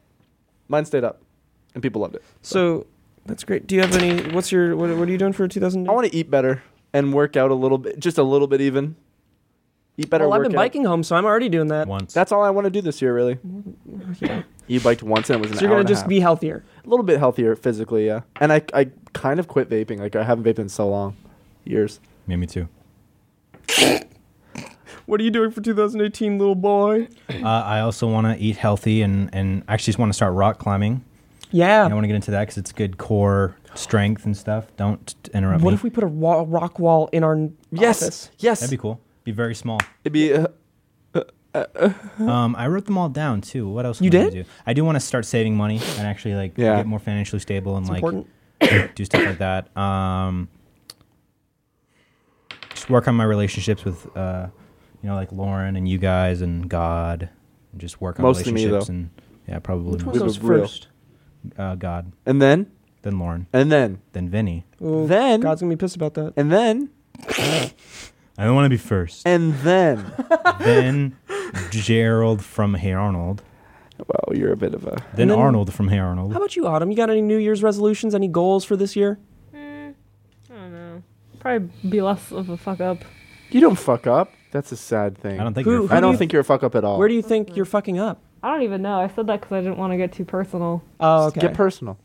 Speaker 2: Mine stayed up, and people loved it.
Speaker 1: so that's great. Do you have any? What's your? What, what are you doing for 2000?
Speaker 2: I want to eat better and work out a little bit, just a little bit even. Eat better.
Speaker 4: Well, I've
Speaker 2: work
Speaker 4: been
Speaker 2: out.
Speaker 4: biking home, so I'm already doing that.
Speaker 3: once.
Speaker 2: That's all I want to do this year, really. You biked once and it was an
Speaker 4: So you're
Speaker 2: hour
Speaker 4: going
Speaker 2: and
Speaker 4: to just
Speaker 2: a, half.
Speaker 4: be healthier.
Speaker 2: a little bit healthier physically, yeah. And I, I kind of quit vaping. Like I haven't vaped in so long, years.
Speaker 3: Yeah, me too.
Speaker 1: What are you doing for 2018, little boy?
Speaker 3: Uh, I also want to eat healthy and and actually just want to start rock climbing.
Speaker 4: Yeah.
Speaker 3: I want to get into that because it's good core strength and stuff. Don't t- interrupt
Speaker 4: What
Speaker 3: me.
Speaker 4: if we put a wa- rock wall in our n-
Speaker 2: Yes,
Speaker 4: office?
Speaker 2: yes.
Speaker 3: That'd be cool. Be very small.
Speaker 2: It'd be. Uh, uh,
Speaker 3: Um, I wrote them all down too. What else?
Speaker 1: You
Speaker 3: am I gonna
Speaker 1: did?
Speaker 3: Do? I do want to start saving money and actually like
Speaker 2: Yeah.
Speaker 3: get more financially stable and like
Speaker 1: important.
Speaker 3: do stuff like that. Um, just work on my relationships with, uh, you know, like Lauren and you guys and God. And just work on
Speaker 2: Mostly me,
Speaker 3: relationships
Speaker 2: though.
Speaker 3: and yeah, probably
Speaker 1: Which
Speaker 2: one
Speaker 1: one
Speaker 2: was
Speaker 1: goes
Speaker 2: those real.
Speaker 1: first?
Speaker 3: uh, God,
Speaker 2: And then,
Speaker 3: then Lauren,
Speaker 2: and then,
Speaker 3: then Vinny.
Speaker 6: Oh,
Speaker 2: Then-
Speaker 6: God's gonna be pissed about that.
Speaker 2: and then,
Speaker 3: I don't want to be first.
Speaker 2: and then.
Speaker 3: then Gerald from Hey Arnold.
Speaker 2: well, you're a bit of a.
Speaker 3: Then,
Speaker 1: then-
Speaker 3: Arnold from Hey
Speaker 1: How
Speaker 3: Arnold.
Speaker 1: about you, Autumn? You got any New Year's resolutions? Any goals for this year?
Speaker 5: I don't know. Probably be less of a fuck up.
Speaker 2: You don't fuck up. That's a sad thing.
Speaker 3: I don't think
Speaker 1: Who-
Speaker 3: you're
Speaker 1: who
Speaker 2: I
Speaker 3: first.
Speaker 2: don't
Speaker 1: you-
Speaker 2: think you're a fuck up at all.
Speaker 1: Where do you think you're fucking up?
Speaker 5: I don't even know. I said that because I didn't want to get too personal.
Speaker 1: Oh,
Speaker 2: Get personal.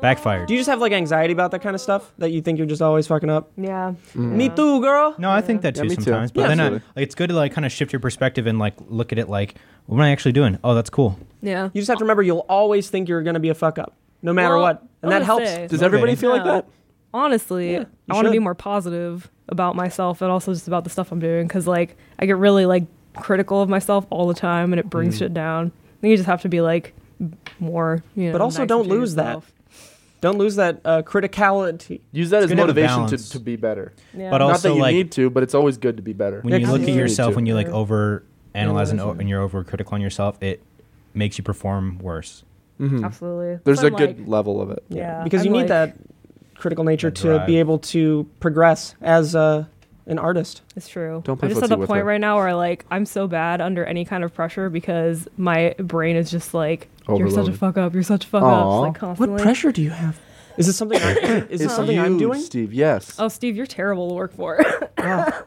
Speaker 3: backfired.
Speaker 1: Do you just have like anxiety about that kind of stuff that you think you're just always fucking up?
Speaker 5: Yeah.
Speaker 2: Mm-hmm.
Speaker 1: Me too, girl.
Speaker 3: No, I think that
Speaker 2: Yeah,
Speaker 3: too
Speaker 2: me too.
Speaker 3: sometimes. But
Speaker 2: Yeah,
Speaker 3: then I, like,
Speaker 2: absolutely.
Speaker 3: it's good to like kind of shift your perspective and like look at it like, what am I actually doing? Oh, that's cool.
Speaker 5: Yeah.
Speaker 1: You just have to remember you'll always think you're going to be a fuck up, no matter
Speaker 5: Well,
Speaker 1: what,
Speaker 5: I'm
Speaker 1: and that
Speaker 5: gonna
Speaker 1: helps.
Speaker 5: say-
Speaker 2: Does everybody
Speaker 3: Motivating.
Speaker 2: feel like
Speaker 5: No.
Speaker 2: that?
Speaker 5: honestly,
Speaker 1: Yeah, you
Speaker 5: I want to be
Speaker 1: should.
Speaker 5: more positive about myself and also just about the stuff I'm doing because like I get really like critical of myself all the time and it
Speaker 1: Mm.
Speaker 5: brings shit down. I think you just have to be like m- more, you know.
Speaker 1: But also
Speaker 5: nicer
Speaker 1: don't
Speaker 5: to
Speaker 1: lose that.
Speaker 5: yourself.
Speaker 1: Don't lose that uh, criticality.
Speaker 2: Use that
Speaker 3: It's
Speaker 2: as
Speaker 3: good to have a
Speaker 2: motivation to,
Speaker 3: balance.
Speaker 2: to be better.
Speaker 5: Yeah.
Speaker 3: But
Speaker 2: Not that
Speaker 3: also
Speaker 2: you
Speaker 3: like
Speaker 2: need to, but it's always good to be better.
Speaker 3: when you
Speaker 1: Yeah,
Speaker 3: look at
Speaker 1: absolutely.
Speaker 3: yourself, when you like
Speaker 5: Yeah.
Speaker 3: over analyze and, o-
Speaker 5: Analyzing.
Speaker 3: and you're over critical on yourself, it makes you perform worse.
Speaker 1: hmm.
Speaker 2: Mhm.
Speaker 5: absolutely.
Speaker 2: There's
Speaker 5: So
Speaker 2: a
Speaker 5: I'm
Speaker 2: good
Speaker 5: like-
Speaker 2: level of it.
Speaker 5: Yeah,
Speaker 1: because you
Speaker 5: I'm
Speaker 1: need
Speaker 5: like-
Speaker 1: that critical nature
Speaker 3: That
Speaker 1: to
Speaker 3: drive.
Speaker 1: be able to progress as uh, an artist.
Speaker 5: It's true.
Speaker 2: Don't play
Speaker 5: I'm just at
Speaker 2: footsie
Speaker 5: the
Speaker 2: with
Speaker 5: point
Speaker 2: her.
Speaker 5: right now where like I'm so bad under any kind of pressure because my brain is just like you're such a
Speaker 2: Overloaded.
Speaker 5: fuck up, you're such a fuck up,
Speaker 2: Aw.
Speaker 5: It's, like constantly.
Speaker 1: What pressure do you have? Is this something? I, is this
Speaker 2: It's
Speaker 1: something
Speaker 2: you,
Speaker 1: I'm doing?
Speaker 2: Steve. Yes.
Speaker 5: Oh, Steve, you're terrible to work for.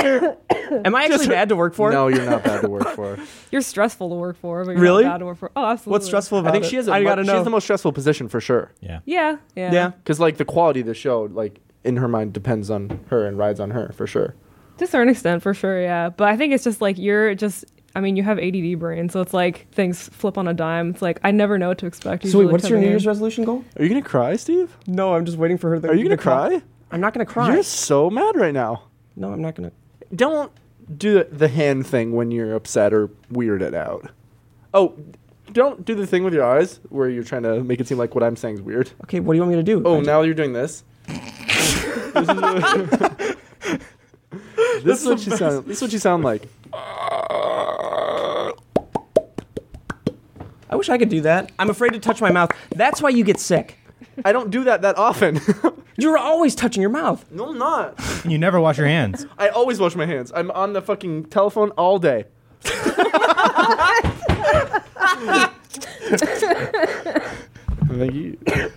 Speaker 1: Am I actually bad to work for?
Speaker 2: No, you're not bad to work for.
Speaker 5: you're stressful to work for, but you're
Speaker 1: Really?
Speaker 5: not bad to work for. Oh, absolutely.
Speaker 1: What's stressful about
Speaker 2: I think
Speaker 1: it?
Speaker 2: she has. A
Speaker 1: I
Speaker 2: mu-
Speaker 1: gotta
Speaker 2: She
Speaker 1: know.
Speaker 2: has the most stressful position for sure.
Speaker 3: Yeah.
Speaker 5: Yeah, yeah.
Speaker 1: yeah.
Speaker 2: Because like the quality of the show, like in her mind, depends on her and rides on her for sure.
Speaker 5: To a certain extent, for sure, yeah. But I think it's just like you're just. I mean, you have ADD brain, so it's like things flip on a dime. It's like I never know what to expect.
Speaker 1: So wait,
Speaker 5: usually
Speaker 1: what's your
Speaker 5: coming
Speaker 1: New
Speaker 5: in.
Speaker 1: Year's resolution goal?
Speaker 2: Are you gonna cry, Steve?
Speaker 1: No, I'm just waiting for her. To,
Speaker 2: Are you gonna
Speaker 1: to call.
Speaker 2: cry?
Speaker 1: I'm not gonna cry.
Speaker 2: You're so mad right now.
Speaker 1: No, I'm not gonna.
Speaker 2: Don't do the hand thing when you're upset or weirded out. Oh, don't do the thing with your eyes where you're trying to make it seem like what I'm saying is weird.
Speaker 1: Okay, what do you want me to do?
Speaker 2: Oh,
Speaker 1: I-
Speaker 2: now you're doing this. this, is what you sound, this is what you sound like.
Speaker 1: I wish I could do that. I'm afraid to touch my mouth. That's why you get sick.
Speaker 2: I don't do that that often.
Speaker 1: You're always touching your mouth.
Speaker 2: no, I'm not.
Speaker 3: And you never wash your hands.
Speaker 2: I always wash my hands. I'm on the fucking telephone all day. Thank you.
Speaker 5: Does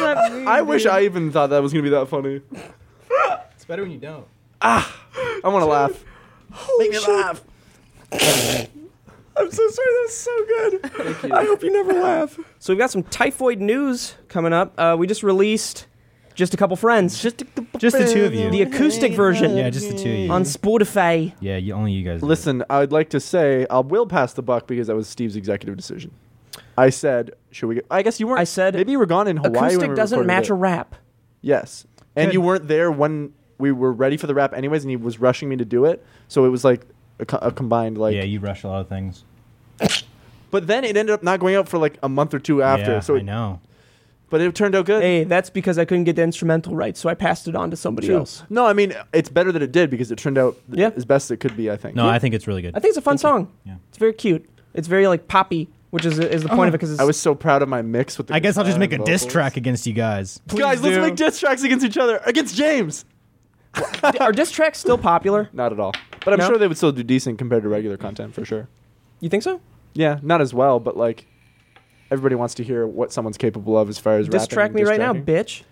Speaker 5: that mean-
Speaker 2: I wish I even thought that was gonna be that funny.
Speaker 3: It's better when you don't.
Speaker 2: I want to laugh. Make me laugh.
Speaker 1: I'm so sorry. That was so good.
Speaker 2: Thank you.
Speaker 1: hope you never laugh. So we've got some typhoid news coming up. Uh, we just released just a couple friends, just
Speaker 3: Just the two of you.
Speaker 1: the acoustic version
Speaker 3: yeah, just the two of you.
Speaker 1: on Spotify.
Speaker 3: yeah, you, only you guys. do it.
Speaker 2: Listen, I'd like to say I will pass the buck because that was Steve's executive decision. I said, "Should we?" Go? I guess you weren't.
Speaker 1: I said,
Speaker 2: maybe you were gone in Hawaii. when
Speaker 1: Acoustic
Speaker 2: we
Speaker 1: doesn't
Speaker 2: recorded
Speaker 1: match
Speaker 2: it.
Speaker 1: a rap.
Speaker 2: Yes, and
Speaker 3: Good.
Speaker 2: you weren't there when we were ready for the rap, anyways. And he was rushing me to do it, so it was like a, co- a combined like.
Speaker 3: yeah, you rush a lot of things.
Speaker 2: But then it ended up not going out for like a month or two after.
Speaker 3: yeah,
Speaker 2: so,
Speaker 3: I
Speaker 2: it,
Speaker 3: know.
Speaker 2: but it turned out good.
Speaker 1: Hey, that's because I couldn't get the instrumental right, so I passed it on to somebody
Speaker 2: True.
Speaker 1: else.
Speaker 2: No, I mean it's better that it did because it turned out th-
Speaker 1: Yeah.
Speaker 2: as best it could be. I think.
Speaker 3: No, I think it's really good.
Speaker 1: I think it's a fun song.
Speaker 3: Yeah.
Speaker 1: It's very cute. It's very like poppy, which is is the point of it because it's
Speaker 2: I was so proud of my mix with. the
Speaker 3: I guess I'll just
Speaker 2: guitar
Speaker 3: make a
Speaker 2: and
Speaker 3: diss
Speaker 2: vocals.
Speaker 3: track against you guys.
Speaker 2: Guys, let's
Speaker 1: do.
Speaker 2: make diss tracks against each other against James.
Speaker 1: are diss tracks still popular?
Speaker 2: Not at all. But I'm
Speaker 1: No?
Speaker 2: sure they would still do decent compared to regular content for sure.
Speaker 1: You think so?
Speaker 2: Yeah, not as well, but like everybody wants to hear what someone's capable of as far as
Speaker 1: Diss
Speaker 2: rapping
Speaker 1: track
Speaker 2: and
Speaker 1: me
Speaker 2: diss
Speaker 1: right now,
Speaker 2: tracking.
Speaker 1: bitch.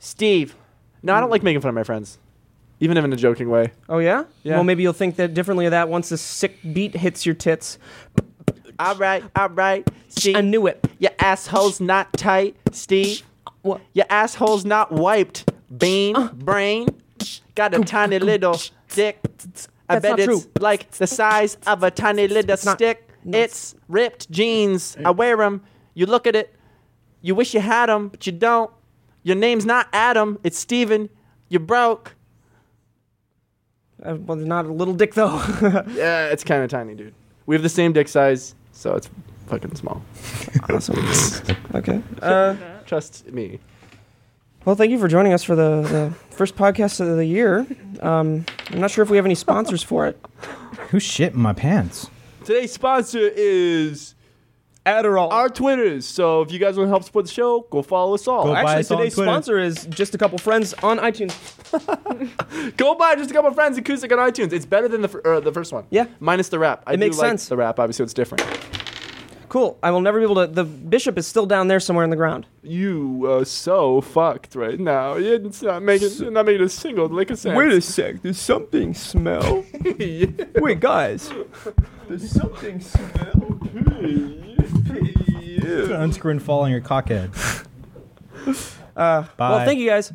Speaker 2: Steve. No, I don't like making fun of my friends, even if in a joking way.
Speaker 1: Oh yeah?
Speaker 2: Yeah.
Speaker 1: Well, maybe you'll think that differently of that once this sick beat hits your tits.
Speaker 2: All right, all right, Steve.
Speaker 1: I knew it.
Speaker 2: your asshole's not tight, Steve.
Speaker 1: What? Uh.
Speaker 2: Your asshole's not wiped, bean, brain. Got a tiny little dick. I
Speaker 1: That's
Speaker 2: bet
Speaker 1: not
Speaker 2: it's
Speaker 1: true.
Speaker 2: like the size of a tiny little
Speaker 1: not-
Speaker 2: stick.
Speaker 1: no.
Speaker 2: It's ripped jeans. I wear them. You look at it. You wish you had them, but you don't. Your name's not Adam, it's Steven. You broke.
Speaker 1: Uh, well, not a little dick though.
Speaker 2: Yeah, it's kind of tiny, dude. We have the same dick size, so it's fucking small.
Speaker 1: awesome. okay. Uh,
Speaker 2: Trust me.
Speaker 1: well, thank you for joining us for the, the first podcast of the year. Um, I'm not sure if we have any sponsors for it.
Speaker 3: Who's shit in my pants?
Speaker 2: Today's sponsor is
Speaker 4: Adderall.
Speaker 2: our Twitters. So if you guys want to help support the show, go follow us all.
Speaker 3: Go buy
Speaker 1: Actually,
Speaker 3: us on
Speaker 1: today's
Speaker 3: Twitter.
Speaker 1: sponsor is just a couple friends on iTunes.
Speaker 2: Go buy just a couple of friends acoustic on iTunes. It's better than the fir- uh, the first one.
Speaker 1: Yeah.
Speaker 2: minus the rap. I
Speaker 1: It
Speaker 2: do
Speaker 1: makes
Speaker 2: like
Speaker 1: sense.
Speaker 2: The rap, obviously, it's different.
Speaker 1: Cool. I will never be able to. The bishop is still down there somewhere in the ground.
Speaker 2: You are so fucked right now. It's not making you're not making a single lick of sense.
Speaker 4: Wait a sec. Does something smell? Wait, guys. Does something smell?
Speaker 3: Unscrew and fall on your cockhead.
Speaker 4: Uh,
Speaker 3: Bye.
Speaker 2: Uh,
Speaker 1: Well, thank you guys.